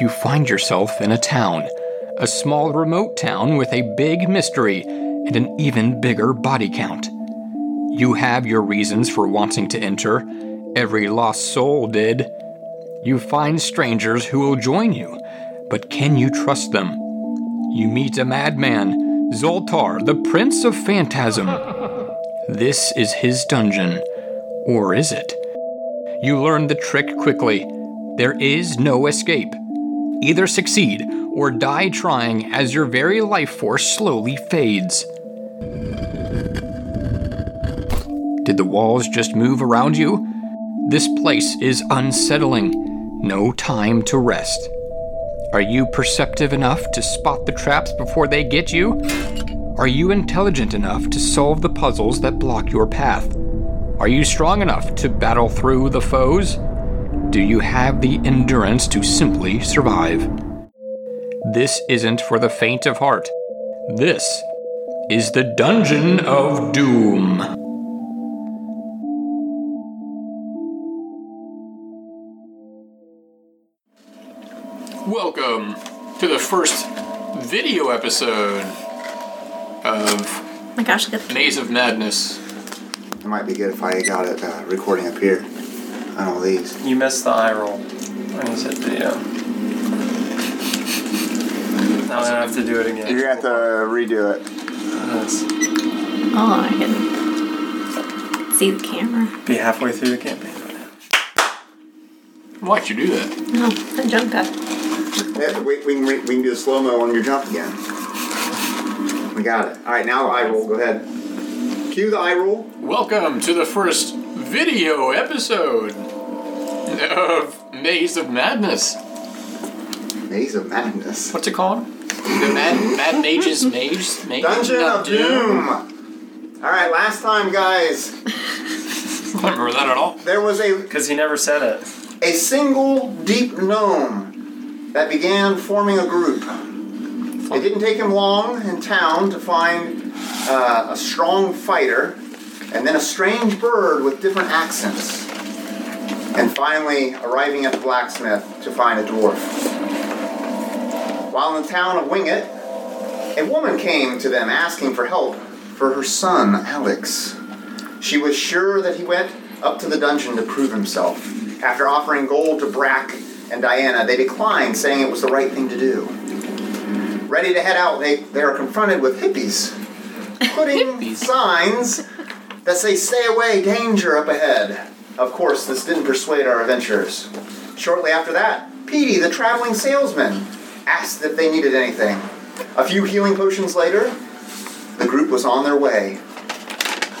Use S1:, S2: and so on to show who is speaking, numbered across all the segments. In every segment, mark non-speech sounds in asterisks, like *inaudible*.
S1: you find yourself in a town. A small, remote town with a big mystery and an even bigger body count. You have your reasons for wanting to enter. Every lost soul did. You find strangers who will join you, but can you trust them? You meet a madman, Zoltar, the Prince of Phantasm. This is his dungeon, or is it? You learn the trick quickly. There is no escape. Either succeed or die trying as your very life force slowly fades. Did the walls just move around you? This place is unsettling. No time to rest. Are you perceptive enough to spot the traps before they get you? Are you intelligent enough to solve the puzzles that block your path? Are you strong enough to battle through the foes? Do you have the endurance to simply survive? This isn't for the faint of heart. This is the Dungeon of Doom. Welcome to the first video episode of
S2: Oh my gosh, look at
S1: Maze of Madness.
S3: It might be good if I got it uh, recording up here on all these.
S4: You missed the eye roll when you said video. uh, Now I have to do it again.
S3: You're gonna have to uh, redo it.
S4: Yes.
S2: Oh, I can see the camera.
S4: Be halfway through the campaign.
S1: Why'd you do that?
S2: No, Oh, I jumped up.
S3: Yeah, we, we, can re- we can do a slow mo on your jump again. We got it. All right, now the eye roll. Go ahead. Cue the eye roll.
S1: Welcome to the first video episode of Maze of Madness.
S3: Maze of Madness.
S1: What's it called? The Mad, Mad Mage's Mage? Mage
S3: Dungeon
S1: Not
S3: of Doom. All right, last time, guys,
S1: I don't remember that at all.
S3: there was a
S4: Because he never said it.
S3: a single deep gnome that began forming a group. It didn't take him long in town to find uh, a strong fighter, and then a strange bird with different accents, and finally arriving at the blacksmith to find a dwarf. While in the town of Winget, a woman came to them asking for help for her son, Alex. She was sure that he went up to the dungeon to prove himself. After offering gold to Brack and Diana, they declined, saying it was the right thing to do. Ready to head out, they, they are confronted with hippies putting signs that say, Stay away, danger up ahead. Of course, this didn't persuade our adventurers. Shortly after that, Petey, the traveling salesman, asked if they needed anything. A few healing potions later, the group was on their way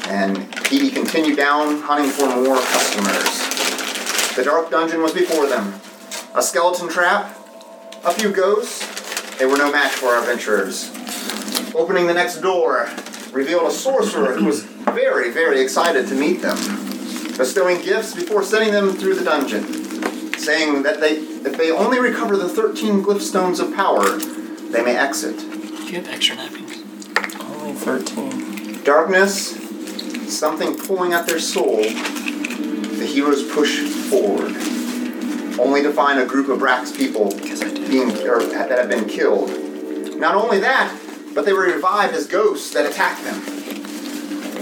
S3: and Petey continued down hunting for more customers. The dark dungeon was before them. A skeleton trap, a few ghosts, they were no match for our adventurers. Opening the next door revealed a sorcerer who was very, very excited to meet them, bestowing gifts before sending them through the dungeon, saying that they if they only recover the 13 glyph stones of power, they may exit.
S1: Do you have extra napkins?
S4: Only 13.
S3: Darkness, something pulling at their soul, the heroes push forward, only to find a group of Brax people being, or, that have been killed. Not only that, but they were revived as ghosts that attacked them.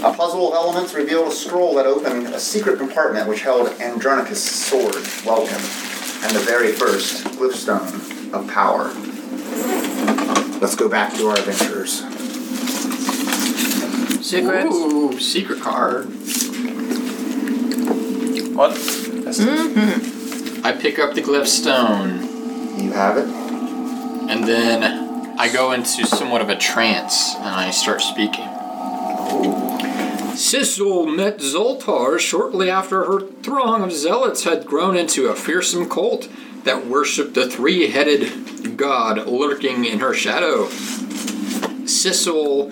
S3: A puzzle of elements revealed a scroll that opened a secret compartment which held Andronicus' sword, welcome, and the very first glyphstone of power. Let's go back to our adventurers.
S2: Secrets.
S1: Ooh, secret card.
S4: What? That's-
S5: Hmm?
S1: I pick up the glyph stone,
S3: You have it.
S1: and then I go into somewhat of a trance, and I start speaking. Sissel met Zoltar shortly after her throng of zealots had grown into a fearsome cult that worshipped the three headed god lurking in her shadow. Sissel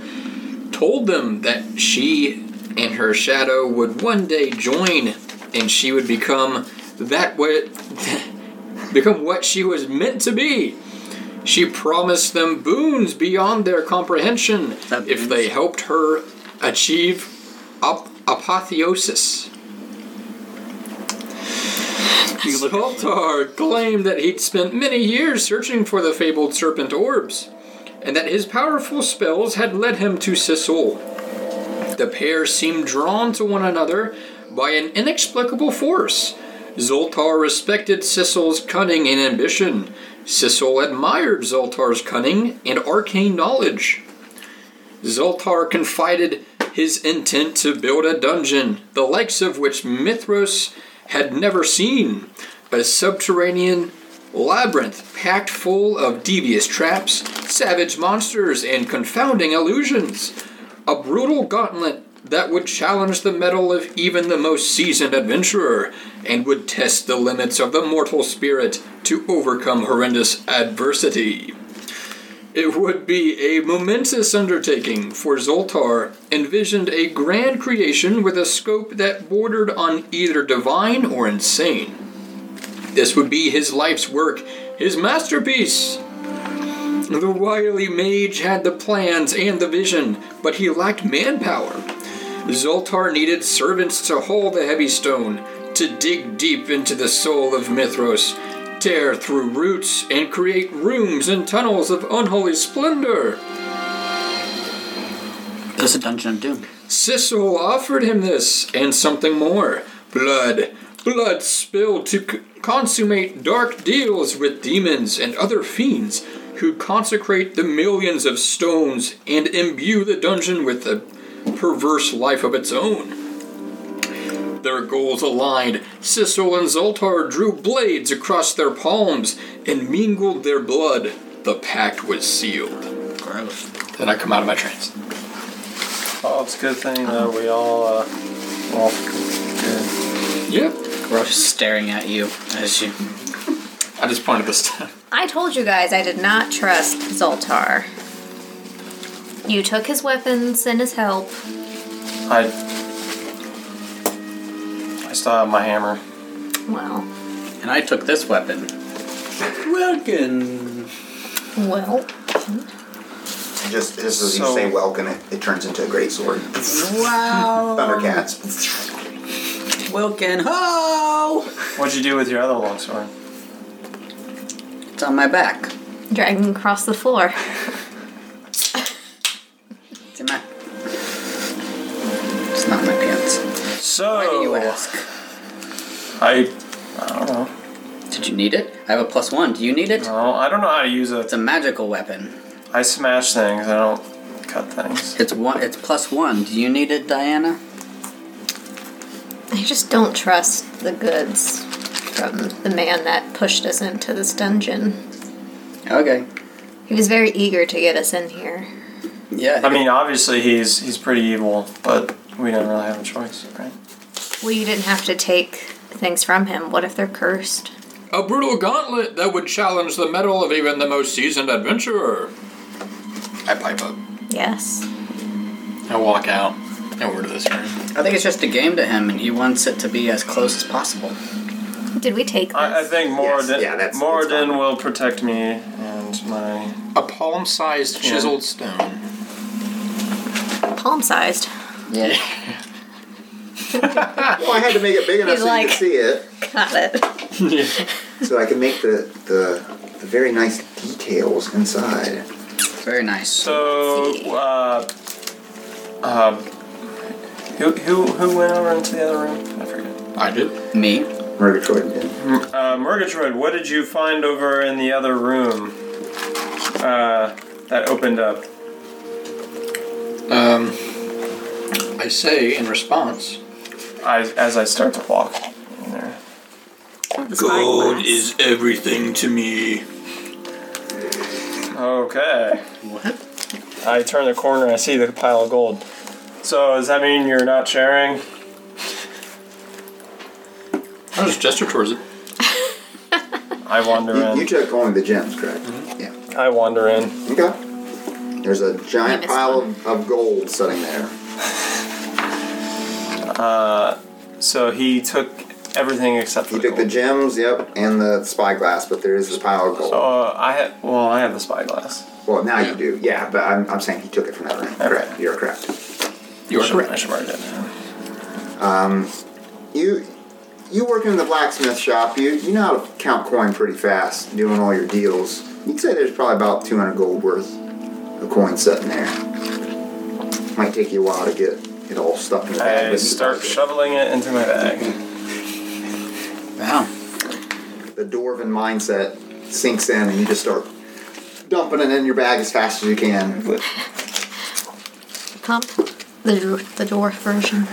S1: told them that she and her shadow would one day join and she would become that way *laughs* become what she was meant to be. She promised them boons beyond their comprehension
S5: That
S1: if they helped her achieve ap- apotheosis.
S4: You look at me.
S1: Zoltar claimed that he'd spent many years searching for the fabled serpent orbs, and that his powerful spells had led him to Sisol. The pair seemed drawn to one another by an inexplicable force. Zoltar respected Sisol's cunning and ambition. Sisol admired Zoltar's cunning and arcane knowledge. Zoltar confided his intent to build a dungeon, the likes of which Mithros had never seen. A subterranean labyrinth packed full of devious traps, savage monsters, and confounding illusions. A brutal gauntlet that would challenge the mettle of even the most seasoned adventurer and would test the limits of the mortal spirit to overcome horrendous adversity. It would be a momentous undertaking, for Zoltar envisioned a grand creation with a scope that bordered on either divine or insane. This would be his life's work, his masterpiece. The wily mage had the plans and the vision, but he lacked manpower. Zoltar needed servants to haul the heavy stone, to dig deep into the soul of Mithros, tear through roots, and create rooms and tunnels of unholy splendor.
S5: There's a dungeon of doom.
S1: Sissel offered him this and something more blood. Blood spilled to c- consummate dark deals with demons and other fiends who consecrate the millions of stones and imbue the dungeon with a perverse life of its own. Their goals aligned. Sissel and Zoltar drew blades across their palms and mingled their blood. The pact was sealed.
S5: Gross.
S1: Then I come out of my trance.
S4: Oh, it's a good thing that we all, uh, well, good.
S1: Yep.
S5: Gross staring at you as you.
S1: I just pointed this time.
S2: I told you guys I did not trust Zoltar. You took his weapons and his help.
S4: I, I still have my hammer.
S2: Well,
S5: And I took this weapon. Welcome.
S2: well,
S3: Just just as you
S4: So-
S3: say welcome, it, it turns into a great sword.
S5: *laughs* Wow.
S3: Thundercats.
S5: Wilkin. Ho!
S4: What'd you do with your other longsword?
S5: It's on my back.
S2: dragging him across the floor.
S5: It's in my. It's not in my pants.
S4: So,
S5: Why do you ask?
S4: I, I don't know.
S5: Did you need it? I have a plus one. Do you need it?
S4: No, I don't know how to use
S5: It's
S4: it.
S5: a magical weapon.
S4: I smash things. I don't cut things.
S5: It's one. It's plus one. Do you need it, Diana?
S2: I just don't trust the goods from the man that pushed us into this dungeon.
S5: Okay.
S2: He was very eager to get us in here.
S5: Yeah.
S4: I mean, obviously he's he's pretty evil, but we didn't really have a choice, right?
S2: Well, you didn't have to take things from him. What if they're cursed?
S1: A brutal gauntlet that would challenge the mettle of even the most seasoned adventurer. I pipe up.
S2: Yes.
S1: I walk out over to this room.
S5: I think it's just a game to him, and he wants it to be as close as possible.
S2: Did we take this?
S4: I, I think
S3: Yes,
S4: Moradin,
S3: yeah, that's- that's
S4: Moradin
S3: fine.
S4: will protect me and my.
S1: A palm sized chiseled stone.
S2: palm sized.
S5: Yeah.
S3: Well, I had to make it big enough
S2: He's
S3: so you
S2: like-
S3: could see it,
S2: Got it.
S3: so I could make the the, the very nice details inside.
S5: Very nice.
S4: So,
S2: see.
S4: uh, uh, who who who went over into the other room? I forget.
S1: I did.
S5: Me.
S3: Murgatroyd did.
S4: Uh, Murgatroyd, what did you find over in the other room? Uh, that opened up.
S1: Um, I say in response
S4: I as I start to walk in there.
S1: God is everything to me.
S4: Okay.
S5: What?
S4: I turn the corner, I see the pile of gold. So does that mean you're not sharing?
S1: I just gesture towards it.
S4: I wander
S3: You, you
S4: in.
S3: took only the gems, correct?
S2: Mm-hmm.
S3: Yeah.
S4: I wander in.
S3: Okay. There's a giant
S2: You missed
S3: pile of, of gold sitting there.
S4: So he took everything except
S3: He
S4: the
S3: took the
S4: gold.
S3: gems, yep, and the spyglass, but there is this pile of gold.
S4: Uh, I had well, I have the spyglass.
S3: Well, now you do, yeah, but I'm, I'm saying he took it from that room. Correct.
S4: Okay.
S3: You're correct.
S1: You are
S4: Should- I
S1: correct.
S4: should write that down.
S3: You you working in the blacksmith shop, you you know how to count coin pretty fast, doing all your deals. You'd say there's probably about 200 gold worth of coin sitting there. Might take you a while to get it all stuck in the bag.
S4: I
S3: but you
S4: start
S3: start
S4: shoveling it into my bag.
S5: Wow.
S3: the dwarven mindset sinks in, and you just start dumping it in your bag as fast as you can.
S2: Pump the dwarf, the dwarf version.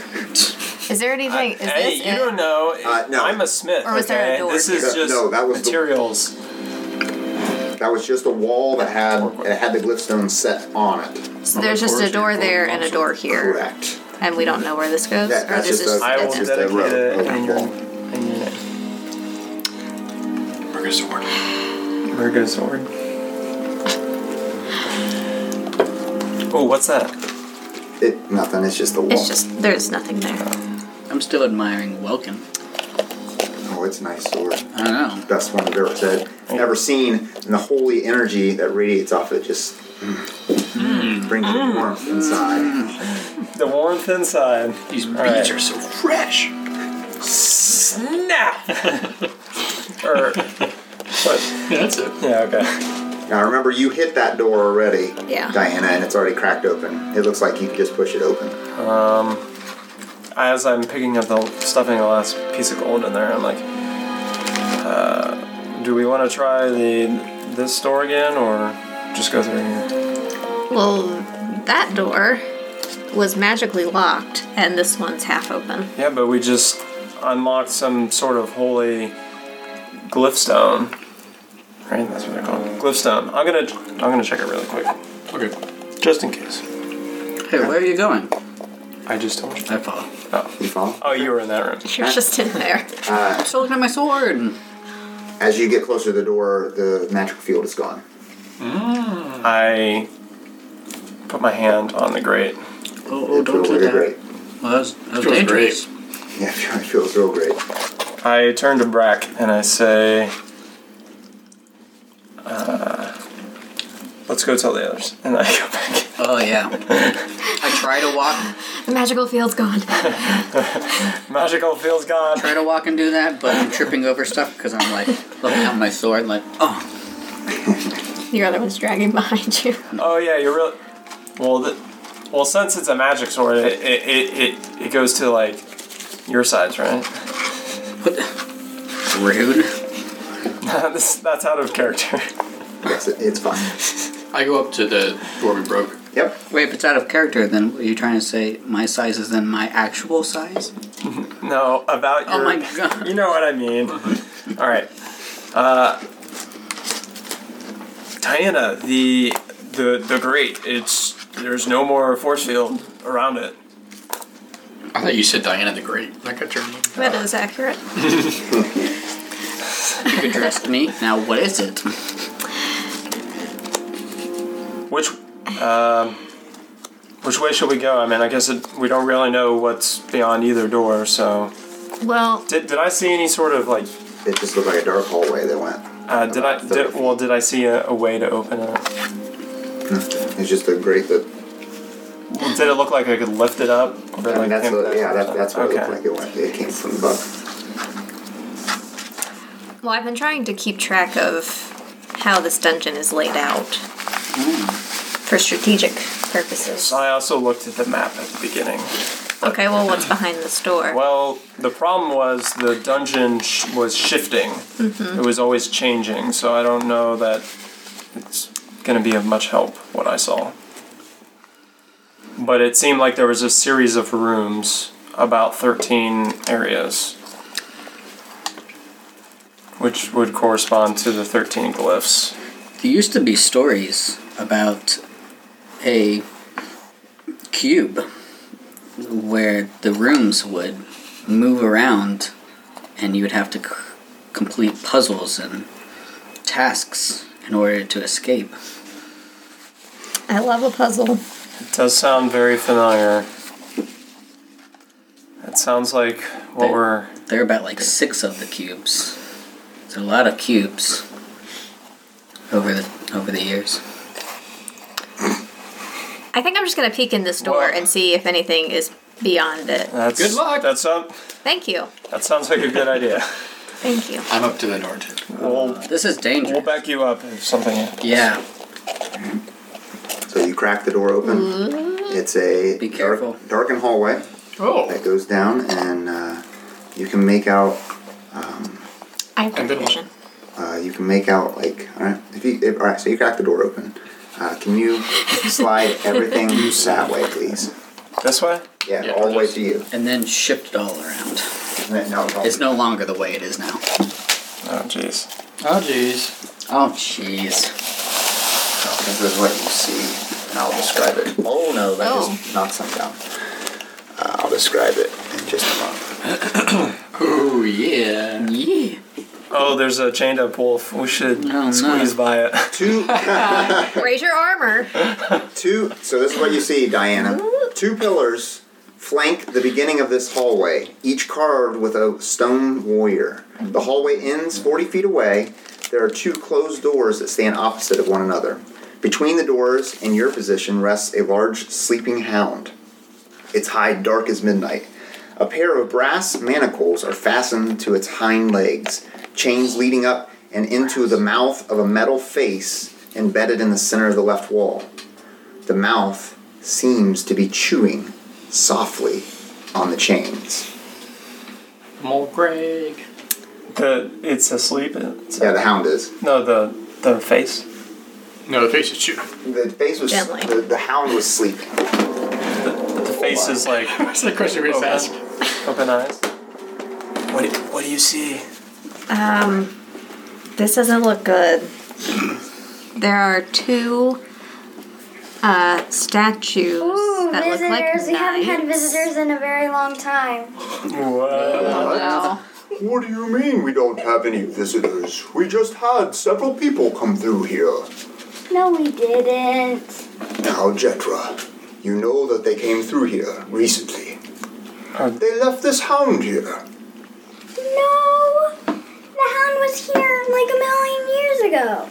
S2: Is there anything? is
S4: hey,
S2: this
S4: you
S2: it?
S4: don't know.
S3: Uh, no.
S4: I'm a smith.
S2: Or was there a
S4: okay?
S2: door?
S4: This is
S3: No,
S4: just
S3: no, that was the-
S4: materials.
S3: That was just a wall that had it had the glifstone set on it.
S2: So there's just a door there and a door here,
S3: Correct.
S2: and we don't know where this goes.
S3: That- that's
S2: this
S3: just a-
S4: I will
S3: That's just a
S4: dedicate
S3: rope,
S4: it
S3: rope
S4: in your,
S3: wall.
S4: in your name.
S6: Murga's sword.
S4: Murga sword. Oh, what's that?
S3: It nothing. It's just the wall.
S2: It's just there's nothing there.
S5: I'm still admiring Welkin.
S3: oh, it's a nice sword.
S5: I don't know.
S3: Best one I've ever said, ever seen, and the holy energy that radiates off it just brings the warmth inside.
S4: The warmth inside.
S6: These beads
S4: right.
S6: are so fresh.
S4: Snap! *laughs* or, what?
S6: That's it.
S4: Yeah, okay.
S3: Now remember, you hit that door already,
S2: Yeah.
S3: Diana, and it's already cracked open. It looks like you could just push it open.
S4: As I'm picking up the stuffing the last piece of gold in there, I'm like, uh, do we want to try the this door again or just go through here?
S2: Well, that door was magically locked, and this one's half open.
S4: Yeah, but we just unlocked some sort of holy glyphstone. Right, that's what they're called. Glyphstone. I'm gonna I'm gonna check it really quick,
S6: Okay.
S4: just in case.
S5: Hey, where are you going?
S4: I just told you.
S5: I follow.
S4: Oh,
S3: You follow?
S4: oh you were in that room.
S2: You're just in there.
S5: I'm still looking at my sword.
S3: As you get closer to the door, the magic field is gone.
S4: Mm-hmm. I put my hand on the grate.
S5: Oh, oh
S3: it
S5: don't
S3: feels
S5: do
S3: really
S5: that.
S3: great.
S5: Well, that was, that was
S6: Feels
S5: dangerous.
S3: Yeah, *laughs* it feels real great.
S4: I turn to Brack and I say, uh, "Let's go tell the others." And I go back. *laughs*
S5: Oh, yeah. I try to walk
S2: The magical field's gone. *laughs*
S4: Magical feels gone.
S5: try to walk and do that, but I'm tripping over stuff because I'm like looking at my sword, like, oh,
S2: Your other one's dragging behind you.
S4: Oh yeah, you're real. Well, the, well, since it's a magic sword, it it, it it it goes to like your size, right? *laughs*
S5: what? Rude.
S4: That's that's out of character. *laughs*
S3: Yes, it, it's fine.
S6: I go up to the door we broke.
S3: Yep.
S5: Wait, if it's out of character, then are you trying to say my size is then my actual size?
S4: No, about your.
S5: Oh my god.
S4: You know what I mean. All right, uh, Diana, the the the great. It's there's no more force field around it.
S6: I thought you said Diana the Great. I got your name.
S2: That is accurate.
S5: You addressed me. Now, what is it?
S4: Which um, which way should we go? I mean, I guess it, we don't really know what's beyond either door. So
S2: Well,
S4: did, did I see any sort of like?
S3: It just looked like a dark hallway that went.
S4: Uh, did I did, well? Did I see a, a way to open it?
S3: It's just a grate that.
S4: Well, did it look like I could lift it up? Or
S3: I mean,
S4: like
S3: that's
S4: came
S3: what,
S4: down?
S3: yeah, that, that's what
S4: okay.
S3: it looked like. It went. It came from above.
S2: well, I've been trying to keep track of how this dungeon is laid out for strategic purposes.
S4: I also looked at the map at the beginning.
S2: Okay, well, what's behind this door?
S4: Well, the problem was the dungeon sh- was shifting. It was always changing, so I don't know that it's going to be of much help what I saw. But it seemed like there was a series of rooms, about 13 areas, which would correspond to the 13 glyphs.
S5: There used to be stories about a cube where the rooms would move around and you would have to c- complete puzzles and tasks in order to escape.
S2: I love a puzzle.
S4: It does sound very familiar. It sounds like what
S5: There-
S4: we're.
S5: There are about like six of the cubes. There's a lot of cubes over the over the years.
S2: I think I'm just gonna peek in this door
S4: Well-
S2: and see if anything is beyond it.
S4: That's,
S6: Good luck.
S4: That, sound,
S2: Thank you.
S4: that sounds like a good idea.
S2: Thank you.
S6: I'm up to the door too.
S4: We'll,
S5: This is
S4: we'll
S5: dangerous.
S4: back you up if something happens.
S5: Yeah,
S3: So you crack the door open. It's a
S5: Mm-hmm. Be
S3: dark-
S5: careful.
S3: darkened hallway
S6: Oh,
S3: that goes down, and uh, you can make out
S2: I have
S6: I've been
S2: good vision.
S3: uh, you can make out like all right. If you if, all right, so you crack the door open. Uh, can you slide everything that way, please?
S4: This way?
S3: Yeah,
S6: Yeah,
S3: all the way
S6: just-
S3: to you.
S5: and then shift it all around.
S3: No, no, no.
S5: It's no longer the way it is now.
S4: Oh, jeez.
S6: oh, jeez.
S5: Oh, jeez.
S3: This is what you see, and I'll describe it. Oh no, that
S2: Oh.
S3: just knocks them down. Uh, I'll describe it in just a moment.
S6: Oh yeah.
S5: Yeah.
S4: Oh, there's a chained up wolf. We should
S5: Oh, no.
S4: squeeze by it. *laughs*
S3: Two, *laughs*
S2: Raise your armor.
S3: two. So this is what you see, Diana. Two pillars flank the beginning of this hallway, each carved with a stone warrior. The hallway ends 40 feet away. There are two closed doors that stand opposite of one another. Between the doors and your position rests a large sleeping hound. Its hide dark as midnight. A pair of brass manacles are fastened to its hind legs, chains leading up and into the mouth of a metal face embedded in the center of the left wall. The mouth seems to be chewing softly on the chains.
S6: Mole Greg.
S4: The, it's asleep. It's
S3: Yeah, the hound is.
S4: no, the, the face.
S6: No, the face is shooting.
S3: The face was
S2: Gently.
S3: the, the hound was sleeping.
S4: The face is like
S6: *laughs* That's the question we just
S4: Okay.
S6: asked.
S4: open eyes. What do, what do you see?
S2: Um, this doesn't look good. There are two uh, statues
S7: Ooh,
S2: that
S7: visitors.
S2: look like knives.
S7: we haven't had visitors in a very long time.
S4: What?
S2: Wow.
S3: What do you mean we don't have any visitors? We just had several people come through here.
S7: No, we didn't.
S3: Now, Jetra, you know that they came through here recently.
S4: Uh,
S3: they left this hound here.
S7: No! The hound was here like a million years ago.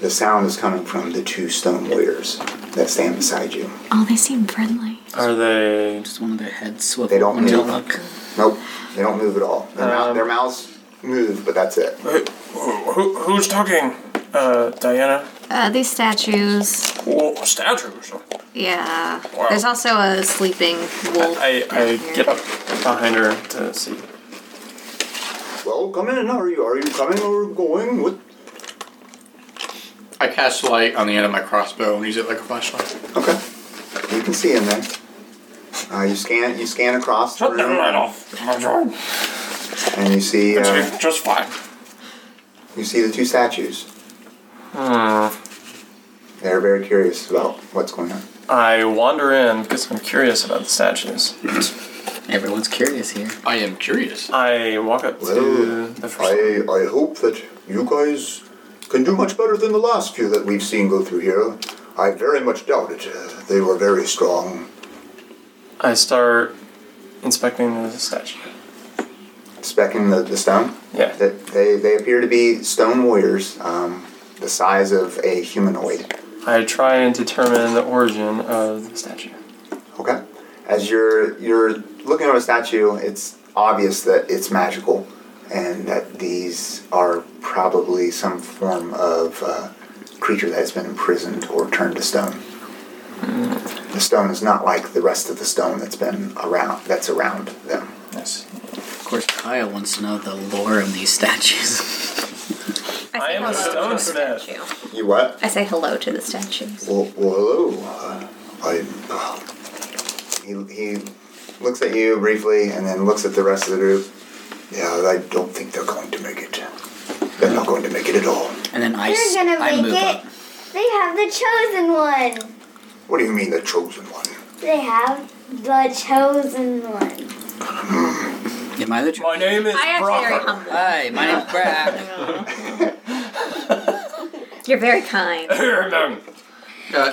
S3: The sound is coming from the two stone warriors that stand beside you.
S2: Oh, they seem friendly.
S4: Are they?
S5: Just one of their heads swiveled.
S3: They don't
S5: and
S3: move.
S5: look.
S3: Nope, they don't move at all. Their, mou-
S4: Um,
S3: their mouths move, but that's it.
S4: Who, who- who's talking? Uh, Diana.
S2: Uh, these statues,
S4: Whoa, statues.
S2: yeah.
S4: Wow.
S2: There's also a sleeping wolf.
S4: I I
S2: down
S4: get
S2: here.
S4: behind her to see.
S3: Well, come in. Are you are you coming or going? What?
S6: I cast light on the end of my crossbow and use it like a flashlight.
S3: Okay, you can see in there. Uh, you scan you scan across the room
S4: off.
S3: and you see uh,
S4: Just fine.
S3: you see the two statues. They're very curious about what's going on.
S4: I wander in because I'm curious about the statues.
S5: Everyone's curious here.
S6: I am curious.
S4: I walk up
S3: Well,
S4: to the first.
S3: I I hope that you guys can do much better than the last few that we've seen go through here. I very much doubt it. Uh, they were very strong.
S4: I start inspecting the statue.
S3: Specking the, the stone.
S4: Yeah.
S3: That they, they appear to be stone warriors, um, the size of a humanoid.
S4: I try and determine the origin of the statue.
S3: Okay. As you're you're looking at a statue, it's obvious that it's magical, and that these are probably some form of uh, creature that has been imprisoned or turned to stone. The stone is not like the rest of the stone that's been around that's around them.
S4: Yes.
S5: Of course, Kyle wants to know the lore of these statues. *laughs*
S4: I
S2: say
S4: am a
S2: hello to the
S4: stonesmith.
S2: statue.
S3: You what?
S2: I say hello to the statues.
S3: Well, well hello. Uh, I. Uh, he he looks at you briefly and then looks at the rest of the group. Yeah, I don't think they're going to make it. They're not going to make it at all.
S5: And then I, s-
S7: They're gonna
S5: I
S7: make
S5: move
S7: it.
S5: up.
S7: They have the chosen one.
S3: What do you mean the chosen one?
S7: They have the chosen one.
S5: Am I the
S4: My name is
S2: I am very
S4: Brock.
S2: humble.
S5: Hi, my name's
S3: *laughs*
S5: Brad.
S2: You're very kind.
S6: Uh,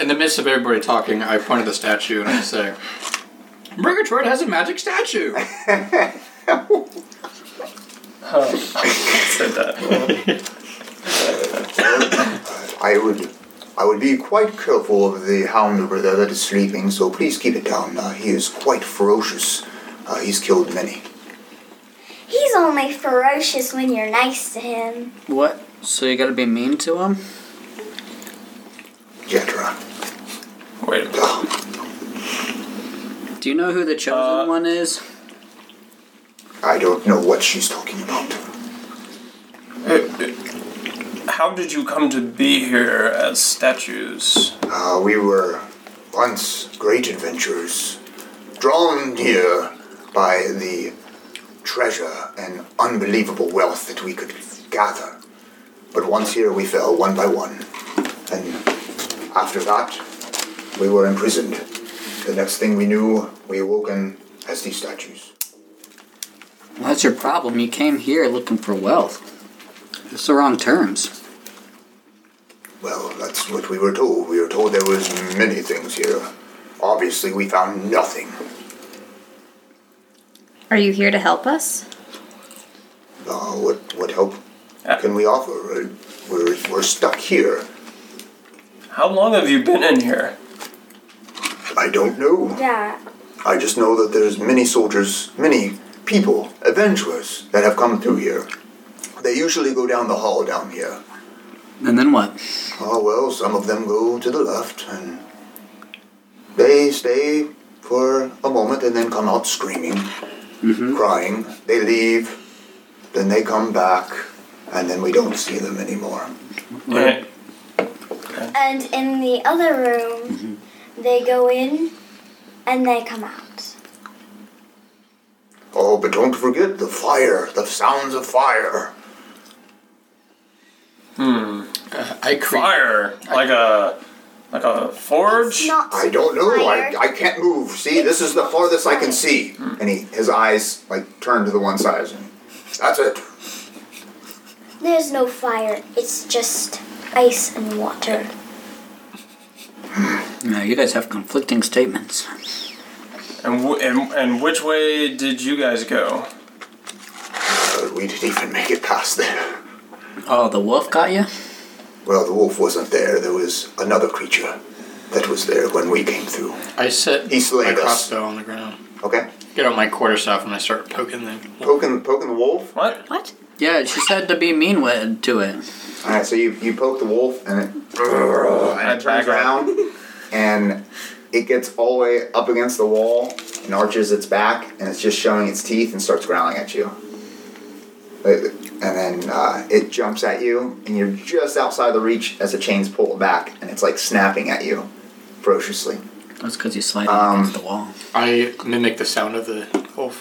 S6: in the midst of everybody talking, I point at the statue and I say, Murgatroyd has a magic statue.
S4: Said that.
S3: I would I would be quite careful of the hound over there that is sleeping, so please keep it down. Uh, he is quite ferocious. Uh, he's killed many.
S7: He's only ferocious when you're nice to him.
S5: What? So you gotta be mean to him?
S3: Jetra.
S4: Wait a minute.
S3: Ugh.
S5: Do you know who the chosen
S4: Uh,
S5: one is?
S3: I don't know what she's talking about.
S4: How did you come to be here as statues?
S3: Uh, we were once great adventurers, drawn here by the treasure and unbelievable wealth that we could gather. But once here, we fell one by one. And after that, we were imprisoned. The next thing we knew, we awoken as these statues.
S5: Well, that's your problem. You came here looking for wealth. It's the wrong terms.
S3: Well, that's what we were told. We were told there was many things here. Obviously, we found nothing.
S2: Are you here to help us?
S3: Uh, what what help
S4: Uh,
S3: can we offer? Uh, We're we're stuck here.
S4: How long have you been in here?
S3: I don't know.
S7: Yeah.
S3: I just know that there's many soldiers, many people, adventurers that have come through here. They usually go down the hall down here.
S5: And then what?
S3: Oh well, some of them go to the left and they stay for a moment and then come out screaming, crying. They leave, then they come back, and then we don't see them anymore.
S4: Eh,
S7: And in the other room,
S5: Mm-hmm.
S7: they go in and they come out.
S3: Oh, but don't forget the fire, the sounds of fire.
S6: I
S4: hmm,
S6: creep.
S4: Fire, like a like a forge.
S7: Not
S3: I don't know. I,
S7: fire.
S3: I can't move. See, this is the farthest I can see. And he, his eyes like turn to the one side. And that's it.
S7: There's no fire. It's just ice and water.
S5: Yeah, you guys have conflicting statements.
S4: And, w- and and which way did you guys go?
S3: Uh, we didn't even make it past there.
S5: Oh, the wolf got you?
S3: Well, the wolf wasn't there. There was another creature that was there when we came through.
S6: I set
S3: He slayed
S6: my
S3: us.
S6: crossbow on the ground.
S3: Okay,
S6: Get out my quarterstaff and I start poking them.
S3: poking, poking the wolf.
S4: What?
S2: What?
S5: Yeah, she said to be mean with to it.
S3: All right, so you, you poke the wolf and it, and it turns around and it gets all the way up against the wall and arches its back and it's just showing its teeth and starts growling at you. It- And then uh, it jumps at you and you're just outside the reach as the chain's pulled back and it's like snapping at you ferociously.
S5: That's because you slide
S3: Um,
S5: against the wall.
S6: I mimic the sound of the wolf.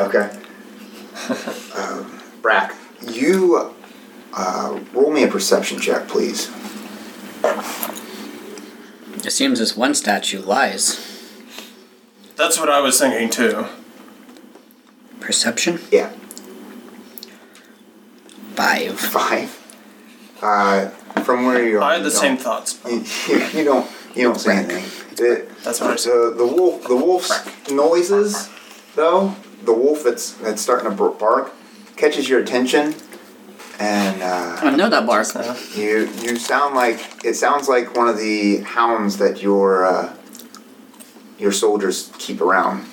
S3: Okay. um, Brack, you uh, roll me a perception check, please.
S5: It seems this one statue lies.
S4: That's what I was thinking too.
S5: Perception?
S3: Yeah.
S5: Five.
S3: five. Uh, from where you are,
S4: I had the
S3: you
S4: same
S3: don't-
S4: thoughts.
S3: You, you don't. You don't say anything. The,
S4: That's what I said.
S3: the, the wolf. The wolf's noises, though. The wolf that's that's starting to bar- bark catches your attention, and uh,
S5: I know that bark.
S3: you you sound like it sounds like one of the hounds that your uh, your soldiers keep around,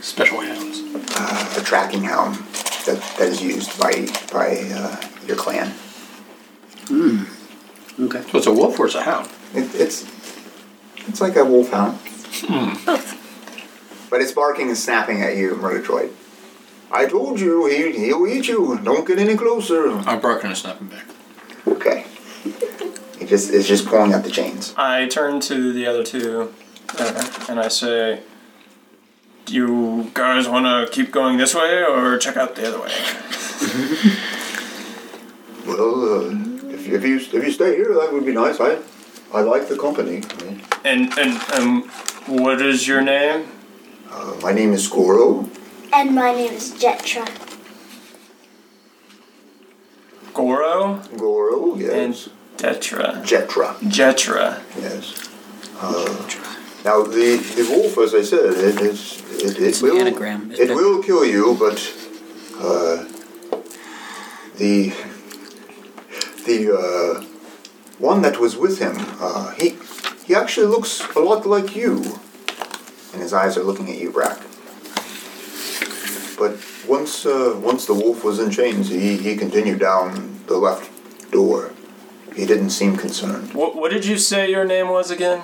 S6: Special hounds.
S3: a tracking hound that, that is used by by uh, your clan.
S5: Okay.
S6: So it's a wolf or it's a hound?
S3: It, it's it's like a wolfhound.
S2: Both.
S6: Hmm.
S3: But it's barking and snapping at you, Murgatroyd. I told you, he, he'll eat you. Don't get any closer.
S6: I'm barking and snapping back.
S3: Okay. He just is just pulling at the chains.
S4: I turn to the other two uh, and I say, "Do you guys want to keep going this way or check out the other way?"
S3: Well, uh, if, if you if you stay here, that would be nice. I I like the company.
S4: And and and what is your name?
S3: Uh, my name is Goro.
S7: And my name is Jetra.
S4: Goro
S3: Goro,
S4: and
S3: yes.
S4: Detra.
S3: Jetra.
S4: Jetra.
S3: Yes. Uh, now the the wolf, as I said, it is it, it
S5: an
S3: will
S5: anagram.
S3: it will kill you, but uh, the the uh, one that was with him, uh, he, he actually looks a lot like you. And his eyes are looking at you, Brack. But once, uh, once the wolf was in chains, he, he continued down the left door. He didn't seem concerned.
S4: What, what did you say your name was again?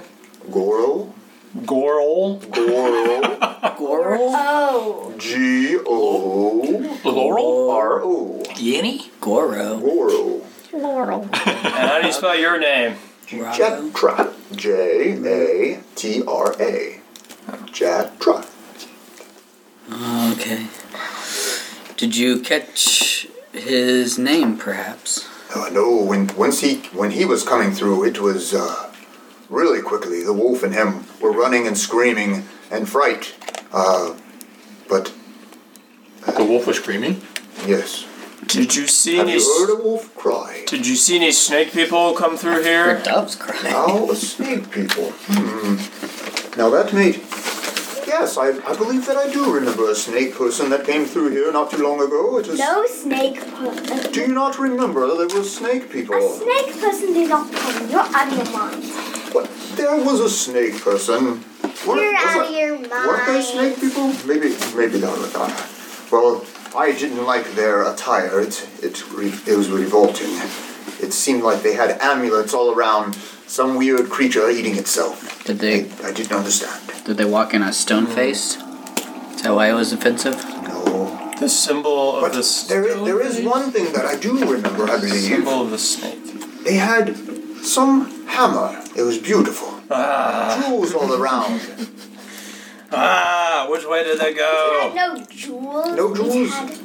S3: Goro?
S4: Gorl?
S3: Goro?
S5: Goral?
S7: Oh,
S3: G O
S6: Laurel?
S3: R O.
S6: Yenny?
S5: Goro.
S3: Goro.
S2: Laurel.
S4: And how do you spell your name?
S5: Rabo.
S3: Jatra. J A T R A. Jatra.
S5: Okay. Did you catch his name, perhaps?
S3: Uh, no, when once he when he was coming through, it was uh, really quickly. The wolf and him were running and screaming and fright. Uh, but
S6: The wolf was screaming.
S3: yes,
S4: Did you see
S3: have
S4: any?
S3: you
S4: s-
S3: heard a wolf cry?
S4: Did you see any snake people come through
S5: Or
S4: here?
S5: doves cry.
S3: Now a snake people. Hmm. Now that made. Yes, I, I believe that I do remember a snake person that came through here not too long ago. It was.
S7: no snake. Per-
S3: Do you not remember there were snake people?
S7: A snake person did not come. You're out of your mind.
S3: What? There was a snake person. Were-
S7: You're
S3: was
S7: out
S3: it-
S7: of your
S3: Weren't they
S7: mind.
S3: snake people? Maybe, maybe not. Uh, well, I didn't like their attire. It, it, re, it was revolting. It seemed like they had amulets all around. Some weird creature eating itself.
S5: Did they
S3: I didn't understand.
S5: did they walk in a stone
S3: Mm.
S5: face? Is that why it was offensive?
S3: No.
S4: The symbol of
S3: But
S4: the s-
S3: there, i- there is one thing that I do remember. I believe
S4: symbol of the snake.
S3: they had some hammer. It was beautiful.
S4: Ah,
S3: Jewels all around.
S4: ah! Which way did they
S7: Had
S4: go?
S7: no jewels.
S3: Oh. No jewels.
S7: It had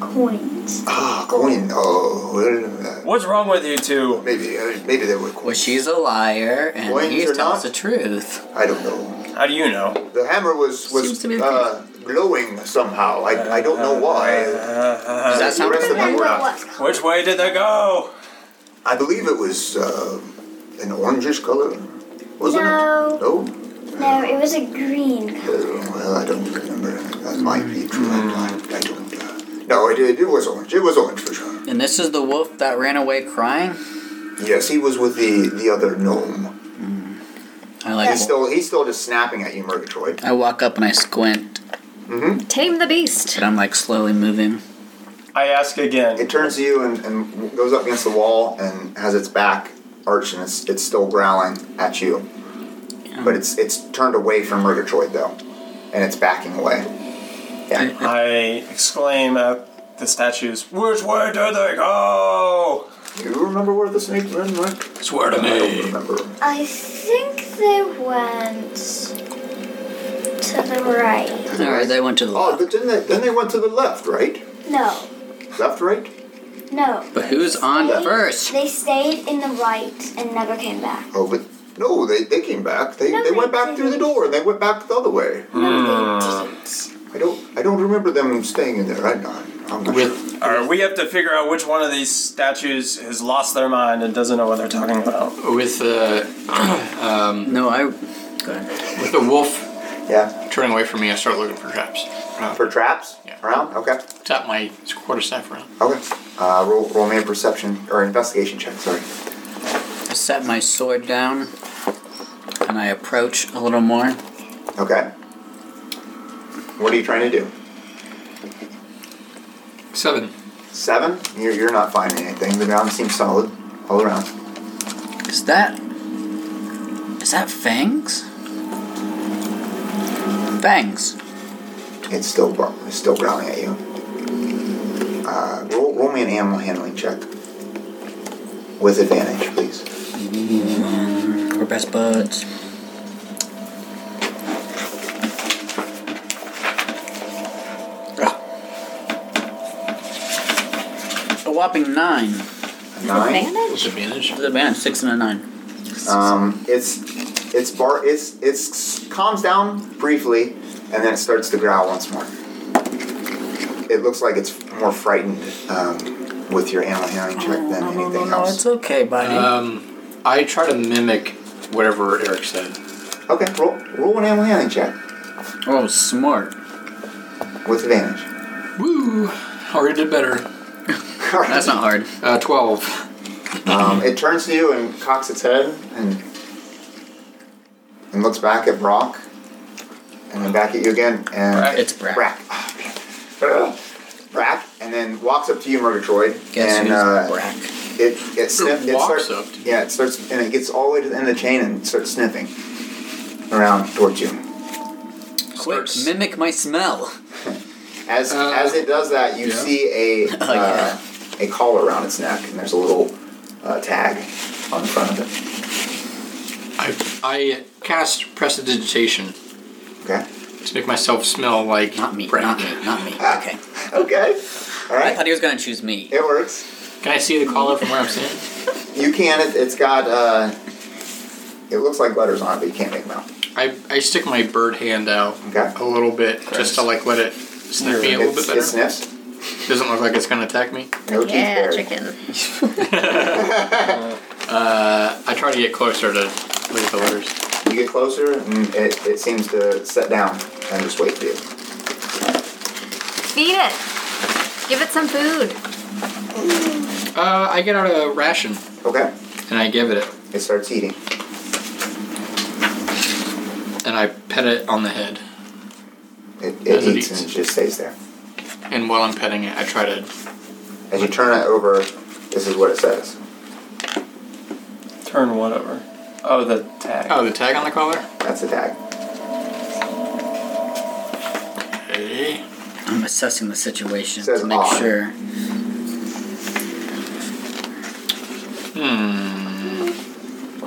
S7: coins.
S3: Ah, coin. Oh, well, uh,
S4: What's wrong with you two?
S3: maybe, uh, maybe they were coins.
S5: Well, she's a liar, and
S3: Coins
S5: he
S3: or
S5: tells
S3: not?
S5: the truth.
S3: I don't know.
S4: How do you know?
S3: The hammer was
S5: Seems
S3: was
S5: to be the
S3: uh, glowing somehow. I, I don't know why.
S5: Does that sound
S3: The rest of them
S7: Remember
S3: were not.
S7: what?
S4: Which way did they go?
S3: I believe it was uh, an orangish color, wasn't
S7: No.
S3: it? No.
S7: No, it was a green.
S3: Uh, well, I don't remember. That might be true. I'm not- I don't. Uh, no, it, it it was orange. It was orange for sure.
S5: And this is the wolf that ran away crying.
S3: Yes, he was with the the other gnome.
S5: I like.
S3: He's still he's still just snapping at you, Murgatroyd.
S5: I walk up and I squint,
S3: Mm-hmm.
S2: Tame the beast.
S5: but I'm like slowly moving.
S4: I ask again.
S3: It turns to you and, and goes up against the wall and has its back arched and it's it's still growling at you. But it's it's turned away from Murgatroyd though, and it's backing away. Yeah.
S4: I exclaim at the statues. Which way did they go?
S3: Do you remember where the snake went? Right?
S6: Swear to
S3: I don't
S6: me.
S3: remember.
S7: I think they went to the right.
S5: All right, they went to the
S3: Oh,
S5: left.
S3: but then they then they went to the left, right?
S7: No,
S3: Left, right.
S7: no.
S5: But who's on
S7: They-
S5: first?
S7: They stayed in the right and never came back.
S3: Oh, but no, they, they came back. They,
S7: No,
S3: they
S7: they
S3: went back
S7: didn't.
S3: through the door. They went back the other way.
S7: No, they didn't.
S3: I don't I don't remember them staying in there. I'm not. I'm not sure.
S6: With
S4: All right, we have to figure out which one of these statues has lost their mind and doesn't know what they're talking about.
S6: with uh,
S5: No, I. Go ahead.
S6: with the wolf
S3: Yeah.
S6: turning away from me, I start looking for traps. Uh,
S3: For traps.
S6: Yeah.
S3: Around. Okay.
S6: tap my quarter staff around.
S3: Okay. Uh, roll, roll me a perception or investigation check. Sorry.
S5: I set my sword down, and I approach a little more.
S3: Okay. What are you trying to do?
S6: Seven.
S3: Seven. You're, you're not finding anything. The ground seems solid all around.
S5: Is that. Is that fangs? Fangs.
S3: It's still bar- it's still growling at you. Uh, roll, roll me an animal handling check with advantage, please.
S5: We're best buds. Ah. A whopping nine.
S3: Nine.
S2: Bandage?
S6: Disadvantage.
S5: The man, six and a nine.
S3: Um, it's it's bar it's it's calms down briefly, and then it starts to growl once more. It looks like it's more frightened um, with your animal handling check
S4: Oh,
S3: than anything
S5: No,
S3: else.
S5: it's okay, buddy.
S6: Um, I try to mimic whatever Eric said.
S3: Okay, roll roll an animal handling check
S5: oh, smart.
S3: with advantage.
S6: Woo! Already did better.
S5: That's not hard.
S6: Uh, Twelve.
S3: *laughs* Um, it turns to you and cocks its head and and looks back at Brock and then back at you again and
S4: Brack.
S5: It's Brack.
S3: Brack. Ah, Brack, and then walks up to you, Murgatroyd,
S5: Guess
S3: and
S5: who's
S3: uh,
S5: Brack?
S3: it it sniff, it
S6: walks
S3: starts,
S6: up to you.
S3: yeah, it starts and it gets all the way to the end of the chain and starts sniffing around towards you.
S5: Quick,
S6: Starts-
S5: mimic my smell.
S3: As
S6: Uh,
S3: as it does that, you
S6: yeah.
S3: see a
S5: *laughs* Oh, yeah.
S3: uh, a collar around its neck, and there's a little uh, tag on the front of it.
S6: I, I cast prestidigitation
S3: Okay.
S6: to make myself smell like
S5: Not me,
S6: bread.
S5: not me, not me. Okay.
S3: Okay. All
S5: I
S3: right.
S5: thought he was gonna choose me.
S3: It works.
S6: Can I see the collar from where I'm sitting?
S3: You can. It, it's got. Uh, it looks like letters on it, but you can't make them out.
S6: I, I stick my bird hand out
S3: Okay.
S6: a little bit just to like let it sniff me a little
S3: It's, it
S6: bit better.
S3: sniffs.
S6: Doesn't look like it's gonna attack me.
S3: No teeth
S2: yeah,
S3: there.
S2: chicken.
S6: Uh, I try to get closer to look at the letters.
S3: You get closer, and it, it seems to set down and just wait for you.
S2: Feed it. Give it some food.
S6: Uh, I get out a ration
S3: Okay.
S6: and I give it it
S3: It starts eating.
S6: and I pet it on the head.
S3: It, it,
S6: As it
S3: eats,
S6: eats.
S3: and it just stays there.
S6: And while I'm petting it, I try to.
S3: As you turn it over, this is what it says.
S4: Turn what over? Oh, the tag.
S6: Oh, the tag on the collar.
S3: That's the tag.
S6: Hey.
S5: I'm assessing the situation
S3: Says
S5: to make
S3: odd.
S5: sure.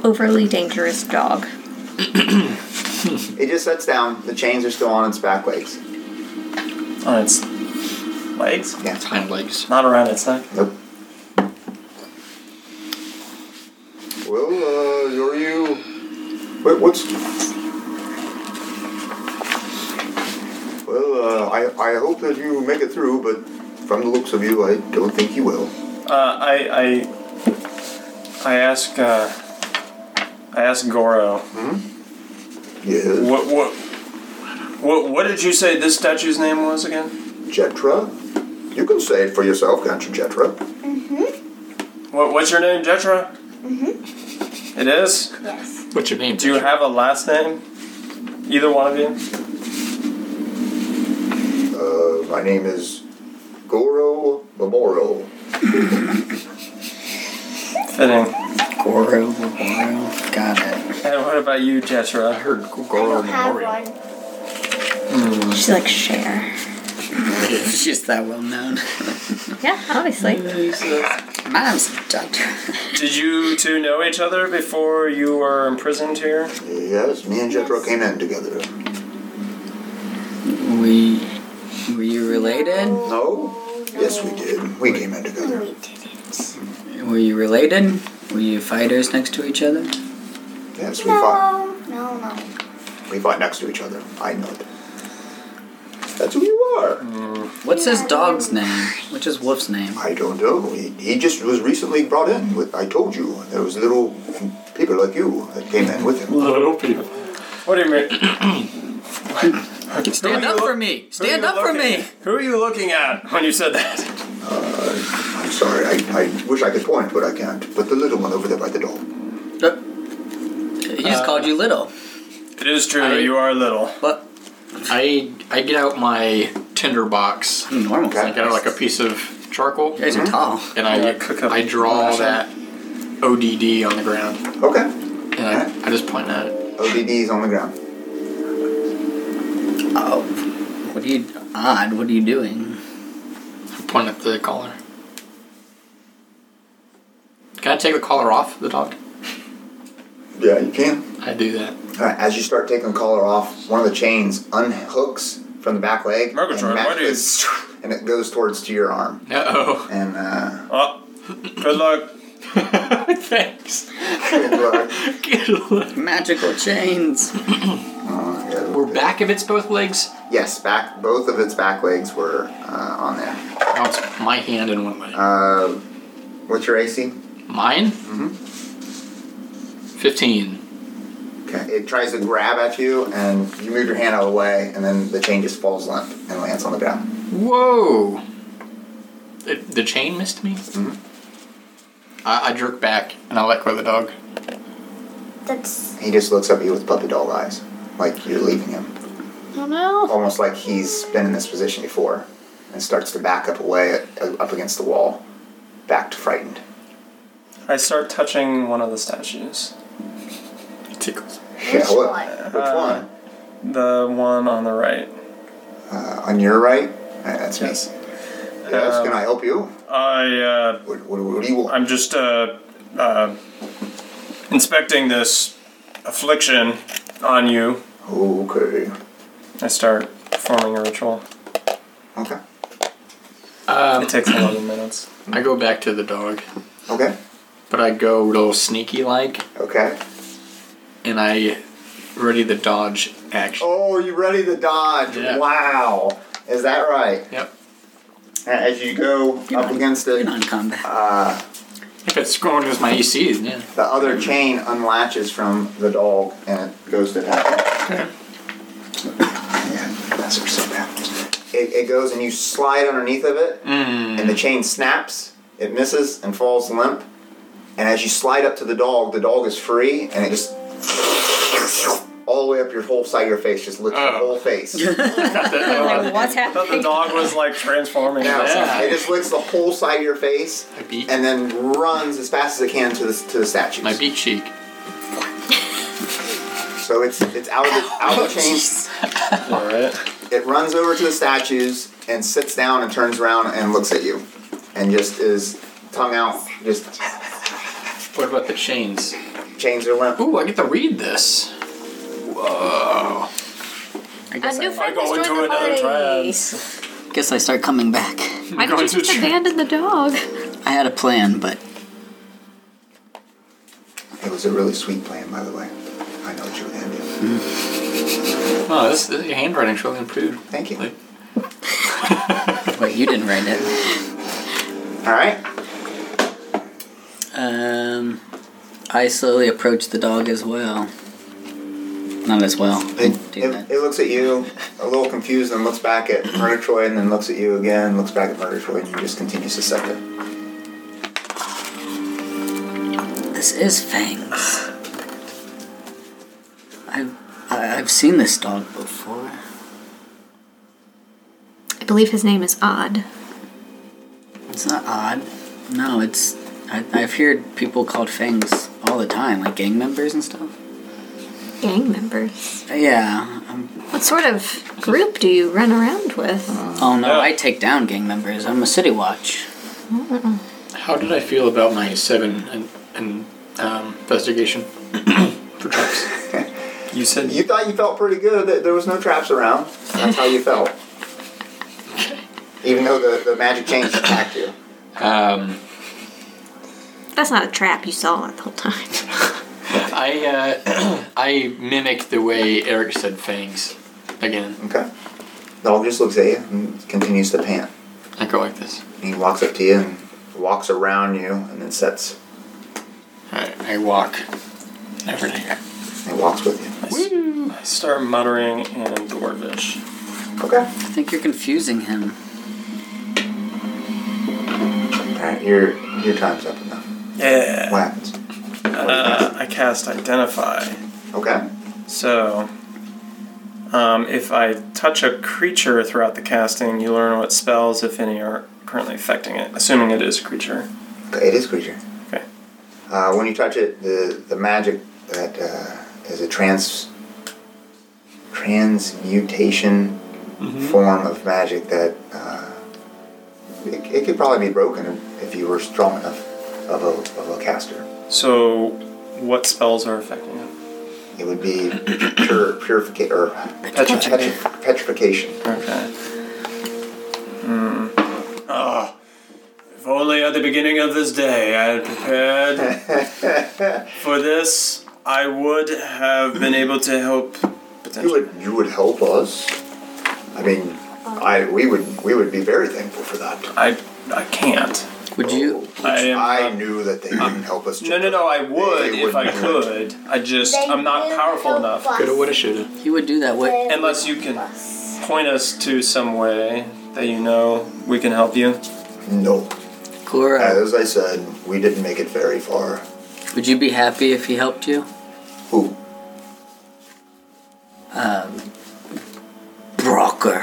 S2: Overly dangerous dog.
S3: It just sets down. The chains are still on its back legs.
S4: On Oh, its legs?
S3: Yeah.
S6: Hind legs.
S4: Not around its neck.
S3: Nope. Well, uh, are you? Wait, what's? Well, uh, I I hope that you make it through, but from the looks of you, I don't think you will.
S4: Uh, I, I, I ask, uh, I ask Goro,
S3: Yeah,
S4: what, what, what, what did you say this statue's name was again?
S3: Jetra. You can say it for yourself, can't you, Jetra?
S4: What, what's your name, Jetra?
S5: Mm-hmm.
S4: It is?
S7: Yes.
S6: What's your name?
S4: Do you
S6: Joshua?
S4: have a last name? Either one of you?
S3: Uh, my name is Goro Memorial.
S4: Fitting.
S5: Goro, Goro. Got it. *laughs*
S4: And what about you,
S6: I
S4: Jetra?
S6: heard
S7: I
S6: Goro
S7: don't have
S6: Memorial.
S7: one.
S2: She's like share.
S5: It's just that well known.
S4: *laughs*
S2: Yeah, *laughs* obviously.
S5: Mom's a doctor.
S4: Did you two know each other before you were imprisoned here?
S3: Yes, me and Jetra came in together.
S5: we were you related?
S3: No? Yes, we did. We came in
S7: No,
S3: together.
S7: we didn't.
S5: Were you related? Were you fighters next to each other?
S3: Yes, we fought.
S7: No, no, no.
S3: We fought next to each other. I know it. That's who you are.
S5: What's his
S7: Yeah, I
S5: dog's
S7: remember.
S5: name? What's his wolf's name?
S3: I don't know. He, he just was recently brought in. With, I told you there was little people like you that came in with him.
S6: Little people.
S4: What do you mean?
S5: Stand
S4: Who are
S5: up
S4: you
S5: for
S4: lo-
S5: me!
S4: who are you
S5: Stand up for
S4: looking-
S5: me!
S4: Who are you looking at when you said that?
S3: I'm sorry. I, I wish I could point, but I can't. But the little one over there by the door.
S5: Uh, He
S6: Uh,
S5: just called you little.
S4: It is true.
S6: I-
S4: you are little.
S5: But
S6: I I get out my tinder box.
S5: I'm normal.
S3: Okay.
S6: I get out mm, like a piece of charcoal.
S5: You guys are tall.
S6: and I
S4: Yeah, cook up
S6: I draw
S4: ration.
S6: that ODD on the ground,
S3: Okay.
S6: and I, I just point at it.
S3: ODD's on the ground.
S5: Oh. What are you odd? What are you doing?
S6: I point at the collar. Can I take the collar off the dog?
S3: Yeah, you can.
S6: I do that.
S3: All right, as you start taking the collar off, one of the chains unhooks from the back leg. and,
S4: Murgatroyd, why do you-
S3: matches- *laughs* and it goes towards to your arm.
S6: Uh
S4: *laughs*
S6: oh.
S3: And uh,
S4: Oh, good luck.
S6: Thanks.
S3: oh,
S6: Good luck.
S5: Magical chains.
S3: yeah,
S6: *laughs* We're back if it's both legs.
S3: Yes, back. Both of its back legs were uh, on there.
S6: Now it's my hand and one leg.
S3: Uh, what's your AC?
S6: Mine. Mm-hmm. Fifteen.
S3: Okay. It tries to grab at you, and you move your hand out of the way, and then the chain just falls limp and lands on the ground.
S6: Whoa. It, the chain missed me. I, I jerk back and I let go of the dog.
S7: That's
S3: He just looks up at you with puppy dog eyes, like you're leaving him.
S2: Oh no.
S3: Almost like he's been in this position before, and starts to back up away, uh, up against the wall, backed frightened.
S4: I start touching one of the statues.
S6: Tickles.
S3: Yeah, what-
S7: one?
S3: Which
S4: Uh,
S3: one?
S4: The one on the right.
S3: Uh, on your right? Uh, that's
S4: Yes.
S3: me. Yes, can I help you?
S4: I uh,
S3: What, what, what do you want?
S4: I'm just uh, uh, inspecting this affliction on you.
S3: Okay.
S4: I start performing a ritual.
S3: Okay.
S6: Um,
S4: It takes 11 minutes.
S6: I go back to the dog,
S3: Okay.
S6: but I go real sneaky like,
S3: Okay.
S6: and I ready the dodge action.
S3: Oh, you ready to dodge?
S6: Yeah.
S3: Wow. Is that right?
S6: Yep.
S3: As you go
S5: You're
S3: up
S5: not-
S3: against
S5: You're
S3: it,
S5: not in combat.
S3: uh,
S6: If it's going with my EC, then yeah.
S3: the other chain unlatches from the dog and it goes to attack. him. Yeah, that's so bad. It, it goes and you slide underneath of it, and the chain snaps. It misses and falls limp. And as you slide up to the dog, the dog is free, and it just all the way up your whole side of your face, just licks your
S6: Oh.
S3: whole face.
S2: Like, what's
S4: I thought the
S2: happening?
S4: dog was like transforming.
S3: Now,
S6: Yeah.
S3: It just licks the whole side of your face,
S6: My beak.
S3: and then runs as fast as it can to the to the statues.
S6: My beak cheek.
S3: So it's it's out of the, out of the chains.
S4: All right.
S3: It runs over to the statues and sits down and turns around and looks at you, and just is tongue out, just
S6: What about the chains?
S3: chains are limp.
S6: Ooh, I get to read this. Whoa.
S5: I
S2: A
S5: guess
S2: new
S5: I,
S2: friend
S4: go
S2: has
S4: into
S2: joined the
S4: another
S2: party.
S4: trance.
S5: guess I start coming back.
S2: Why did
S6: Going
S2: you
S6: to
S2: just
S6: tra-
S2: abandon the dog?
S5: I had a plan, but
S3: It was a really sweet plan, by the way. I know what you would do.
S6: Oh, this, this your handwriting's really improved.
S3: Thank you.
S6: Like,
S5: wait, you didn't write it.
S3: All right.
S5: Um, I slowly approach the dog as well. Not as well. I
S3: It,
S5: didn't do
S3: it,
S5: that.
S3: it looks at you, a little confused, and looks back at Murder Troy, and then looks at you again, looks back at Murder Troy, and you just continues to suck it.
S5: This is Fangs. I've I- I've seen this dog before.
S2: I believe his name is Odd.
S5: It's not odd. No, it's I, I've heard people called Fangs all the time, like gang members and stuff.
S2: Gang members.
S5: Yeah. I'm,
S2: What sort of group do you run around with?
S5: oh no,
S4: Yeah.
S5: I take down gang members. I'm a city watch.
S6: how did I feel about my seven and, and um, investigation *coughs* for traps?
S4: You said
S3: You thought you felt pretty good that there was no traps around. That's how you felt. Even though the, the magic chains attacked you.
S6: Um,
S2: That's not a trap you saw it the whole time.
S6: I uh, *clears throat* I mimic the way Eric said fangs again.
S3: Okay. Dog just looks at you and continues to pant.
S6: I go like this.
S3: He walks up to you and walks around you and then sets
S6: Alright, I walk. Everything.
S3: and walks with you.
S4: I start muttering in Dwarvish.
S3: Okay.
S5: I think you're confusing him.
S3: Alright, your your time's up enough.
S4: Yeah.
S3: What happens?
S4: Uh, I cast Identify.
S3: Okay.
S4: So, um, if I touch a creature throughout the casting, you learn what spells, if any, are currently affecting it, assuming it is a creature.
S3: Okay, It is creature.
S4: Okay.
S3: Uh, when you touch it, the the magic that uh, is a trans transmutation
S4: Mm-hmm.
S3: form of magic that uh, it, it could probably be broken if you were strong enough of a, of a caster.
S4: So, what spells are affecting it?
S3: It would
S4: *coughs*
S3: be pure purification or
S4: Petrification.
S3: petri- petrification.
S4: Okay. Hmm. Ah. If only at the beginning of this day I had *laughs* prepared for this, I would have been able to help.
S3: You
S4: Potentially.
S3: would you would help us. I mean, I we would we would be very thankful for that.
S4: I, I can't.
S5: Would you?
S4: I am uh,
S3: I knew that they wouldn't help us.
S4: No, no, no. I would
S3: They
S4: if I
S3: wouldn't do it.
S4: could. I just
S7: They
S4: I'm not
S7: will
S4: powerful
S7: help
S4: enough.
S7: us.
S6: Coulda, woulda, shoulda.
S5: He would do that. What?
S7: They will
S4: Unless you can-
S7: help us.
S4: Point us to some way that you know we can help you.
S3: No,
S5: Cora,
S8: As I said, we didn't make it very far.
S5: would you be happy if he helped you?
S8: Who?
S5: Brocker.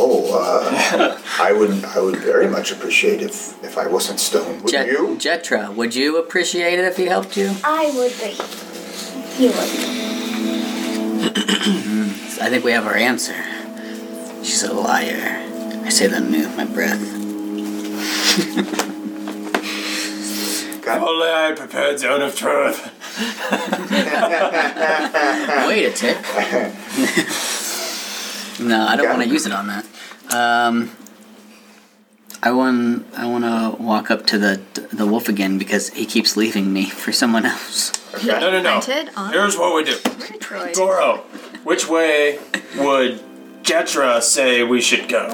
S8: Oh, uh, I would I would very much appreciate if if I wasn't stoned. Would
S5: Jet-
S8: you?
S5: Jetra, would you appreciate it if he helped you?
S7: I would be. He would.
S5: I think we have our answer. She's a liar. I say that under my breath.
S4: Only I prepared zone of truth.
S5: Wait a
S3: *laughs*
S5: tick. no, I don't
S8: Okay.
S5: want to use it on that. Um, I want I want to walk up to the the wolf again because he keeps leaving me for someone else.
S4: No, no, no.
S2: Planted on
S4: Here's what we do.
S2: Metroid.
S4: Goro, which way would Jetra say we should go?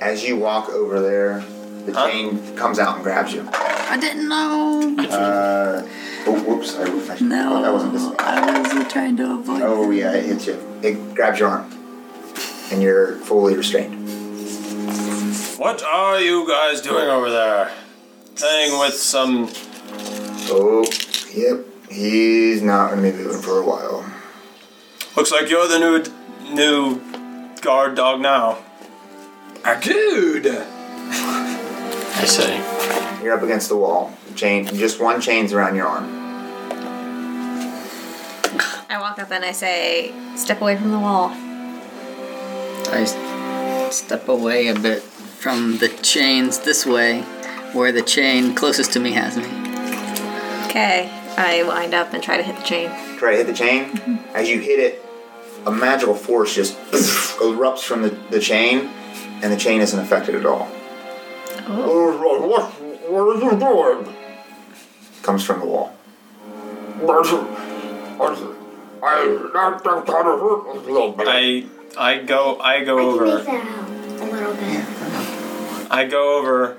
S3: As you walk over there, the chain comes out and grabs you.
S5: I didn't know.
S3: Uh, oh, whoops! I, I should-
S5: No,
S3: Oh, that wasn't this. way.
S5: I wasn't trying to avoid.
S3: Oh yeah, it hits you. It grabs your arm, and you're fully restrained.
S4: What are you guys doing over there? Playing with some.
S8: Oh, yep. He's not going to be moving for a while.
S4: Looks like you're the new new guard dog now.
S6: A dude. I say.
S3: You're up against the wall. Chain, just one chain's around your arm.
S2: I walk up and I say, "Step away from the wall."
S5: I s- step away a bit from the chains this way, where the chain closest to me has me.
S2: Okay. I wind up and try to hit the chain.
S3: Try to hit the chain. As you hit it, a magical force just *sniffs* erupts from the, the chain, and the chain isn't affected at all. Oh, what? What are you doing? Comes from the wall.
S4: I I go I go
S7: I can make
S4: over
S7: that out a little bit.
S4: I go over,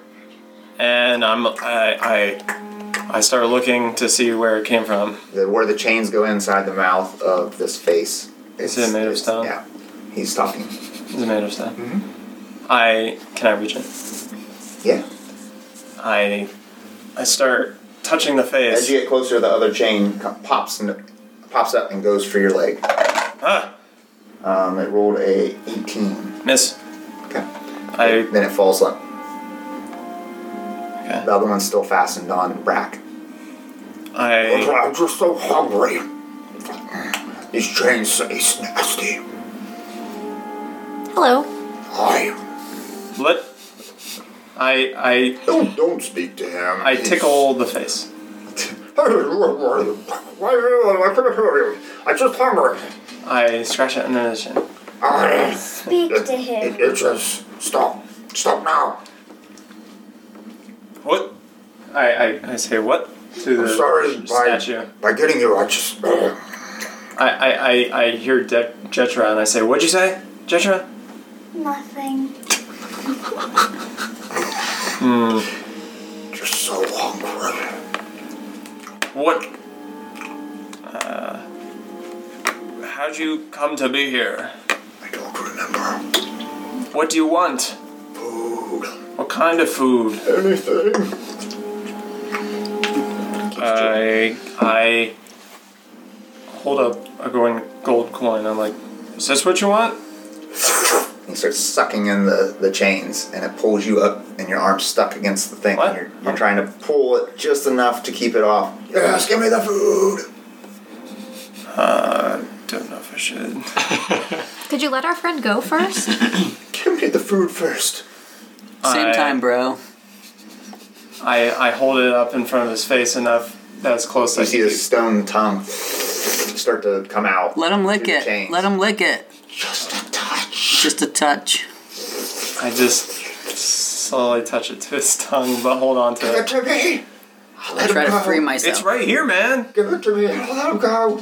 S4: and I'm I I I start looking to see where it came from.
S3: The, where the chains go inside the mouth of this face. It's,
S4: it made of
S3: it's-
S4: stone?
S3: Yeah. He's talking.
S4: Is it made of stuff? I can I reach it?
S3: Yeah.
S4: I I start touching the face.
S3: As you get closer, the other chain co- pops and pops up and goes for your leg.
S4: ah,
S3: Um, it rolled a 18.
S4: miss.
S3: Okay.
S4: I
S3: Then it falls up.
S4: Okay.
S3: The other one's still fastened on Brack.
S4: I
S8: I'm just so hungry. These chains taste nasty.
S2: Hello.
S8: Hi.
S4: let I
S8: Don't don't speak to him.
S4: I I
S8: *laughs*
S4: tickle the face.
S8: Why are you? I couldn't hear you. I'm just hungry.
S4: I scratch it under the chin.
S8: Ah,
S7: Speak
S8: It,
S7: to him.
S3: *laughs*
S8: it, it just stop. Stop now.
S4: What? I I, I say what to the
S8: I'm sorry.
S4: statue.
S8: By, by getting you, I just. *clears throat*
S4: I I, I, I hear De- Jetra and I say, "What'd you say, Jetra?"
S7: Nothing.
S8: just so hungry.
S4: What? Uh, how'd you come to be here?
S8: I don't remember.
S4: What do you want?
S8: Food.
S4: What kind of food?
S8: Anything.
S4: I I hold up a going gold coin. I'm like, is this what you want?
S3: He starts sucking in the, the chains, and it pulls you up, and your arm's stuck against the thing.
S4: What? Oh.
S3: You're, you're trying to pull it just enough to keep it off. Yes, give me the food!
S4: Uh, Don't know if I should.
S2: Could you let our friend go first?
S8: Give me the food first.
S5: Same
S4: I-
S5: time, bro.
S4: I I hold it up in front of his face enough that's close.
S3: You
S4: I
S3: see
S4: can
S3: the
S4: keep-
S3: stone tongue start to come out.
S5: Let him lick
S3: through the
S5: it.
S3: chains.
S5: Let him lick it.
S8: Just a touch.
S5: Just a touch.
S4: I just slowly touch it to his tongue, but hold on to
S8: Give it
S4: it.
S8: to me. I'll
S5: I
S8: let
S5: try
S8: him
S5: to
S8: go.
S5: free myself.
S4: It's right here, man.
S8: Give it to me. I'll let him go.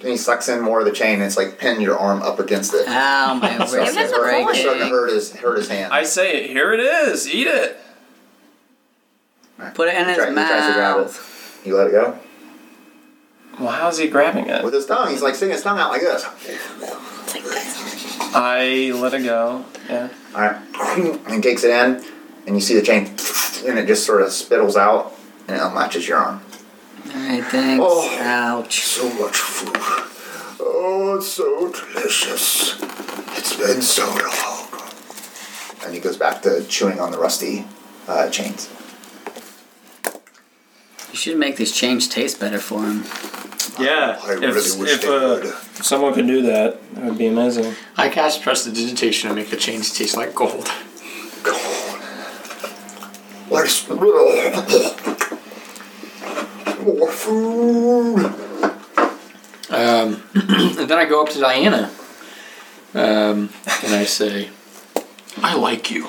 S3: And he sucks in more of the chain, and it's like pin your arm up against it.
S5: Ow, my wrist
S2: him
S5: is
S2: the coin.
S3: *laughs* It's starting to
S5: breaking.
S3: hurt his, hurt his hand.
S4: I say it. Here it is. Eat it.
S5: Put it in
S3: He try-
S5: his
S3: he tries to grab it.
S5: mouth.
S3: You let it go?
S4: Well, how's he grabbing it?
S3: With his tongue, he's like sticking his tongue out like this.
S4: I let it go. Yeah.
S3: Alright. *clears throat* And takes it in, and you see the chain, and it just sort of spittles out and it unlatches your arm.
S5: Alright, thanks.
S8: Oh.
S5: Ouch.
S8: So much food. Oh, it's so delicious. It's been so long.
S3: And he goes back to chewing on the rusty uh, chains.
S5: You should make these chains taste better for him.
S4: Yeah.
S8: I really wish they
S4: uh,
S8: would.
S4: someone could do that, it would be amazing. *laughs*
S6: I cast prestidigitation and make the chains taste like gold. *laughs*
S8: God. What is more food?
S6: Um, *clears throat* and then I go up to Diana, um, and I say, "I like you."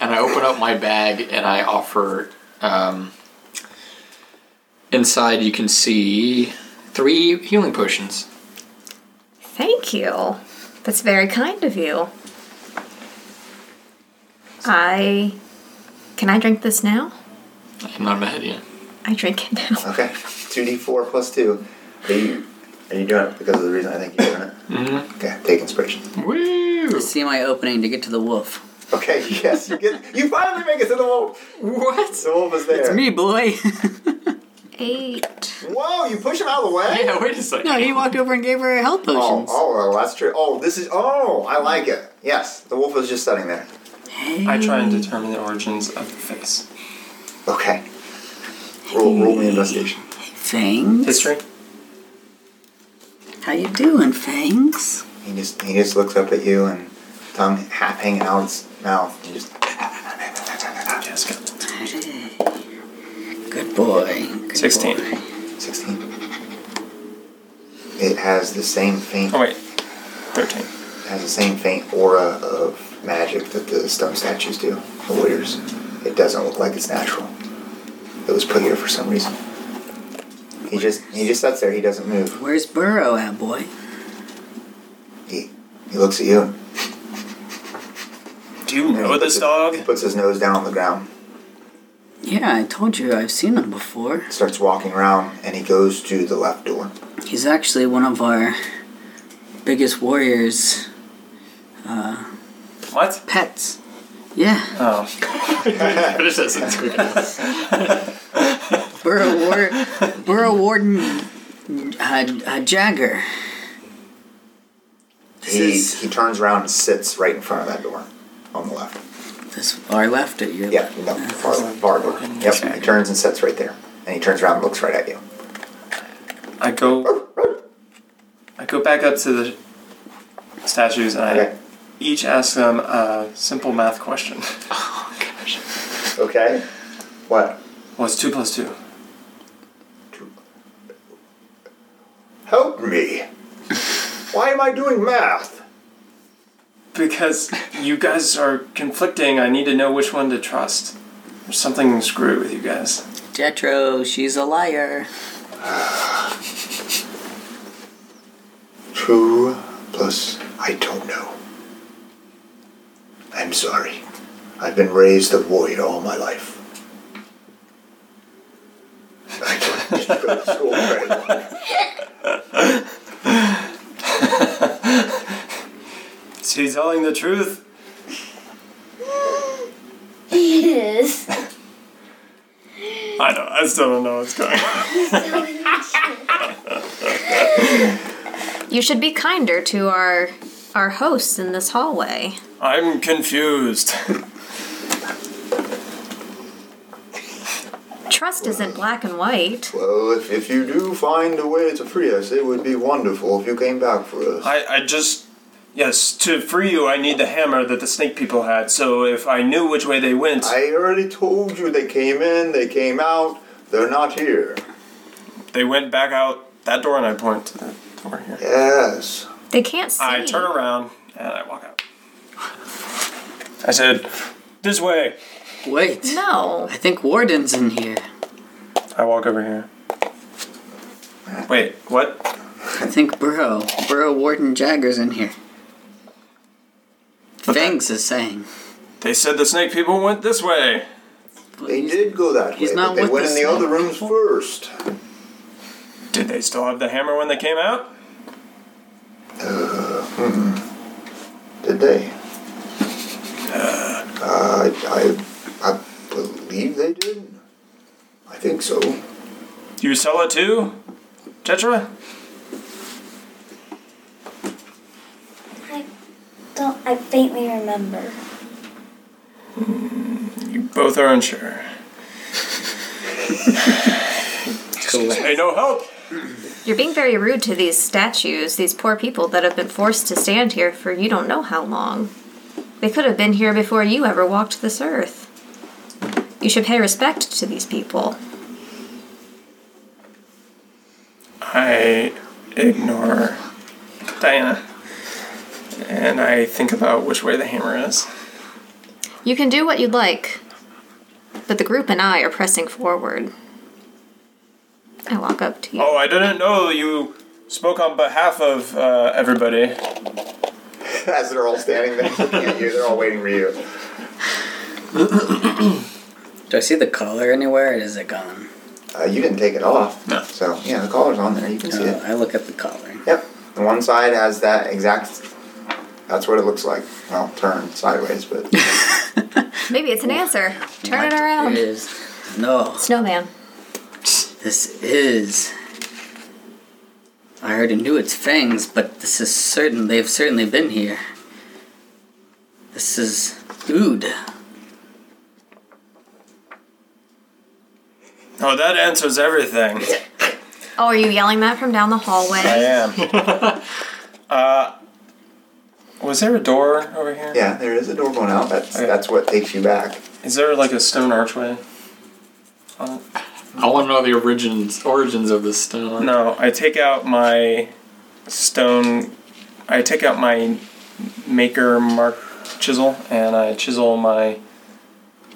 S6: and I open up my bag and I offer. Um, inside, you can see three healing potions.
S2: Thank you. That's very kind of you. I. Can I drink this now?
S6: I'm not mad at you.
S2: I drink it
S3: *laughs*
S2: now.
S3: Okay. 2d4 plus 2. Are you, are you doing it because of the reason I think you're doing it? Mm-hmm. Okay, take inspiration.
S6: Woo!
S5: See my opening to get to the wolf.
S3: Okay, *laughs* yes, you get you finally make it to the wolf.
S5: What?
S3: The wolf is there.
S5: It's me, boy. *laughs*
S2: Eight.
S3: Whoa, you push him out of the way?
S6: Yeah, wait a second.
S5: no, he walked over and gave her health
S3: Oh,
S5: potions.
S3: oh, well, that's true. Oh, this is. Oh, I like it. Yes, the wolf is just sitting there.
S4: I try and determine the origins of the face.
S3: Okay. Roll, roll me investigation.
S5: Fangs.
S4: History?
S5: How you doing, Fangs?
S3: He just he just looks up at you and tongue half hanging out his mouth. He just.
S4: Yes, good.
S5: Good boy. Good
S4: 16.
S5: boy.
S3: Sixteen. It has the same faint
S4: Oh, wait. 13.
S3: has the same faint aura of magic that the stone statues do. The warriors. It doesn't look like it's natural. It was put here for some reason. He just he just sits there. He doesn't move.
S5: Where's Burrow at, boy?
S3: He he looks at you.
S4: Do you
S3: and he
S4: know
S3: puts
S4: this
S3: his-
S4: dog?
S3: He puts his nose down on the ground,
S5: Yeah, I told you I've seen him before.
S3: starts walking around, and he goes to the left *laughs* door.
S5: He's actually one of our biggest warriors'
S4: What?
S5: pets. Yeah,
S4: Oh.
S6: Finish that sentence quick enough.
S5: Burrow, War- Burrow Warden uh, uh, Jagger. This
S3: He
S5: is
S3: he turns around and sits right in front of that door, on the left.
S5: this our left at your
S3: Yeah,
S5: left.
S3: no, far, far door. Yep. He turns and sits right there, and he turns around and looks right at you.
S4: I go. I go back up to the statues and I
S3: Okay.
S4: each ask them a simple math question. *laughs*
S3: Okay. What?
S4: What's two plus two?
S8: Help me. Why am I doing math?
S4: Because you guys are conflicting. I need to know which one to trust. There's something screwy with you guys.
S5: Jetro, she's a liar.
S8: Two plus I don't know. I'm sorry. I've been raised a void all my life. I don't *laughs* go to school very well.
S4: Is he telling the truth?
S7: Yes.
S4: I don't. I still don't know what's going on.
S2: You should be kinder to our our hosts in this hallway.
S4: I'm *laughs* confused.
S2: Trust isn't black and white.
S8: Well, if, if you do find a way to free us, it would be wonderful if you came back for us.
S4: I, I just. Yes, to free you, I need the hammer that the snake people had. So if I knew which way they went,
S8: I already told you they came in, they came out, they're not here.
S4: they went back out that door, and I point to the door here.
S8: Yes.
S2: They can't see.
S4: I turn around and I walk out. I said, "This way."
S5: Wait,
S2: No.
S5: I think Warden's in here.
S4: I walk over here. Wait, what?
S5: I think Burrow, Burrow Warden Jagger's in here. Fangs is saying.
S4: They said the snake people went this way.
S8: They did go that
S5: he's
S8: way,
S5: not
S8: but they
S5: with
S8: went
S5: us
S8: in the
S5: now.
S8: other rooms first.
S4: Did they still have the hammer when they came out?
S8: the day. Uh, I, I, I believe they did. I think so.
S4: Do you sell it too, Tetra?
S7: I don't. I faintly remember.
S4: Both are unsure. Hey, no help.
S2: You're being very rude to these statues, these poor people that have been forced to stand here for you don't know how long. They could have been here before you ever walked this earth. You should pay respect to these people.
S4: I ignore Diana, and I think about which way the hammer is.
S2: You can do what you'd like, but the group and I are pressing forward. I walk up to you.
S4: Oh, I didn't know you spoke on behalf of uh, everybody.
S3: *laughs* As they're all standing there looking at you, they're all waiting for you.
S5: Do I see the collar anywhere? Or is it gone?
S3: Uh, you didn't take it off.
S4: No.
S3: So, yeah, the collar's on there. You can see
S5: Uh,
S3: it.
S5: I look at the collar.
S3: Yep. The one side has that exact. That's what it looks like. Well, turned sideways,
S4: *laughs*
S3: but.
S2: Maybe
S4: Oh.
S2: it's an answer. Turn it
S5: What
S2: around.
S5: is- no,
S2: Snowman.
S5: this is. I already knew its fangs, but this is certain. They've certainly been here. This is Ood.
S4: Oh, that answers everything.
S2: Oh, are you yelling that from down the hallway?
S4: I am. uh, *laughs* was there a door over here? Is
S3: Yeah, there is a door going out. That's
S4: Okay.
S3: that's what takes you back. *laughs*
S4: there like a stone archway?
S6: I want to know the origins origins of this stone.
S4: No, I take out my stone. I take out my maker mark chisel and I chisel my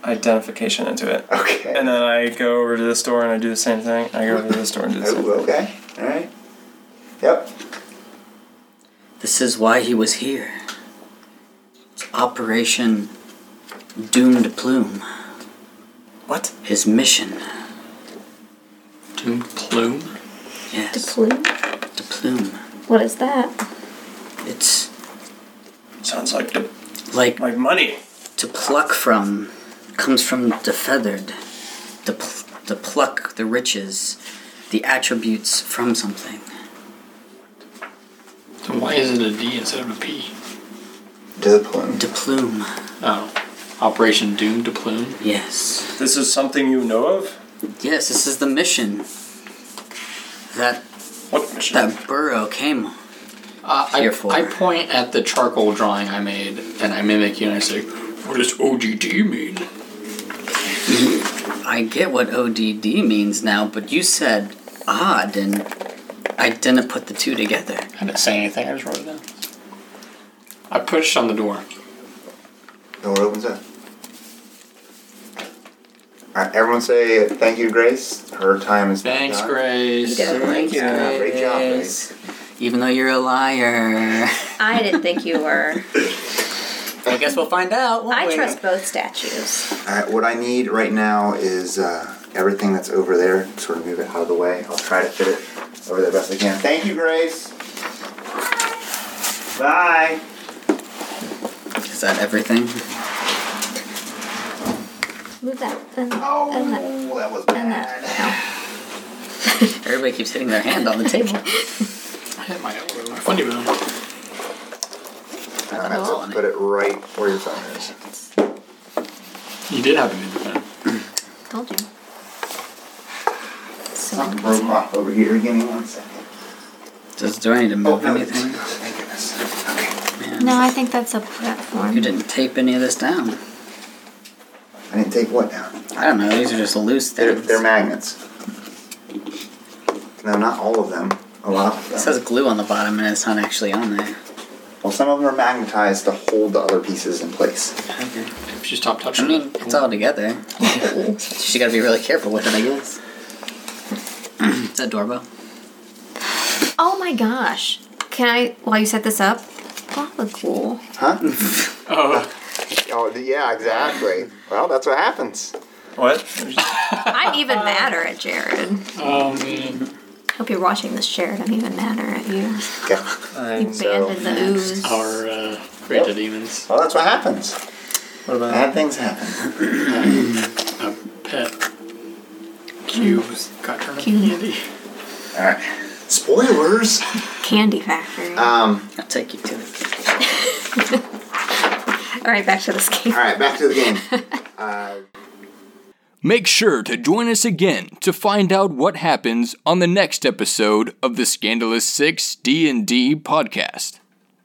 S4: identification into it.
S3: Okay.
S4: And then I go over to this door and I do the same thing. I go over to this door and do the same
S3: Ooh,
S4: thing.
S3: Oh, okay. All right. Yep.
S5: This is why he was here. It's Operation Doomed Plume,
S4: What?
S5: his mission.
S6: Doomed plume.
S5: Yes,
S2: Plume?
S5: to plume.
S2: What is that?
S5: It's
S4: Sounds like the,
S5: like
S4: like money.
S5: to pluck from comes from the feathered. The, pl- the pluck, the riches, the attributes from something.
S6: Then why is it a D instead of a P?
S3: Discipline.
S5: To plume,
S6: Oh, Operation Doom to Plume.
S5: yes.
S4: This is something you know of?
S5: Yes, this is the mission that
S4: What mission?
S5: that burrow came on.
S6: Uh, I,
S5: Here for.
S6: I point at the charcoal drawing I made and I mimic you and I say, "What does OGT mean?"
S5: I get what ODD means now, but you said odd, and I didn't put the two together.
S6: I didn't say anything. I just wrote it down. I pushed on the door.
S3: Door opens up. All right, everyone say thank you, Grace. Her time is
S6: Thanks,
S3: done.
S6: Grace.
S2: Thank
S3: you. Great job,
S5: Grace. Even though you're a liar.
S2: I didn't think you were.
S5: *laughs* I guess we'll find out. won't
S2: I
S5: we?
S2: trust both statues.
S3: All right, what I need right now is uh, everything that's over there. Sort of move it out of the way. I'll try to fit it over there best I can. Thank you, Grace. Bye.
S5: Is that everything?
S2: Move that. And, and that.
S3: Oh, that was
S2: And that.
S3: bad.
S5: Everybody keeps hitting their hand on the table.
S6: I hit my elbow. My funny bone.
S3: I meant to put it right where your phone is.
S6: You did have a good friend.
S2: Told you. So,
S3: Something broke off over here. Give me one second.
S5: Does do I need to
S3: Oh,
S5: move
S3: no, it's-
S5: anything?
S3: Thank goodness. Okay.
S2: no, I think that's a platform.
S5: You didn't tape any of this down.
S3: I didn't take what down?
S5: I don't know. These are just loose
S3: They're,
S5: things.
S3: they're magnets. No, not all of them. A lot of them.
S5: it says glue on the bottom, and it's not actually on there.
S3: Well, some of them are magnetized to hold the other pieces in place.
S5: Okay.
S6: If you stop
S5: I
S6: touching
S5: mean,
S6: it,
S5: it's all *laughs* together. She got to be really careful with it, I guess. *clears throat* Is that doorbell?
S2: Oh my gosh. Can I, while you set this up, lava cool.
S3: Huh?
S6: Oh,
S3: Oh, yeah, exactly. Well, that's what happens.
S4: What?
S2: I'm even madder at Jared.
S6: oh man.
S2: hope you're watching this, Sharon. I'm even madder at you.
S3: Yeah.
S2: You
S4: I'm,
S2: banded the ooze.
S6: Our uh, greater demons.
S3: Well, that's what happens.
S4: what about
S3: Bad things happen.
S6: A pet cube got turned
S2: Cube.
S6: into candy.
S3: All right. Spoilers.
S2: Candy factory.
S3: Um.
S5: I'll take you to the
S2: All right, back to this game.
S3: All right. Back to the game. Uh,
S1: Make sure to join us again to find out what happens on the next episode of the Scandalous 6 D&D podcast.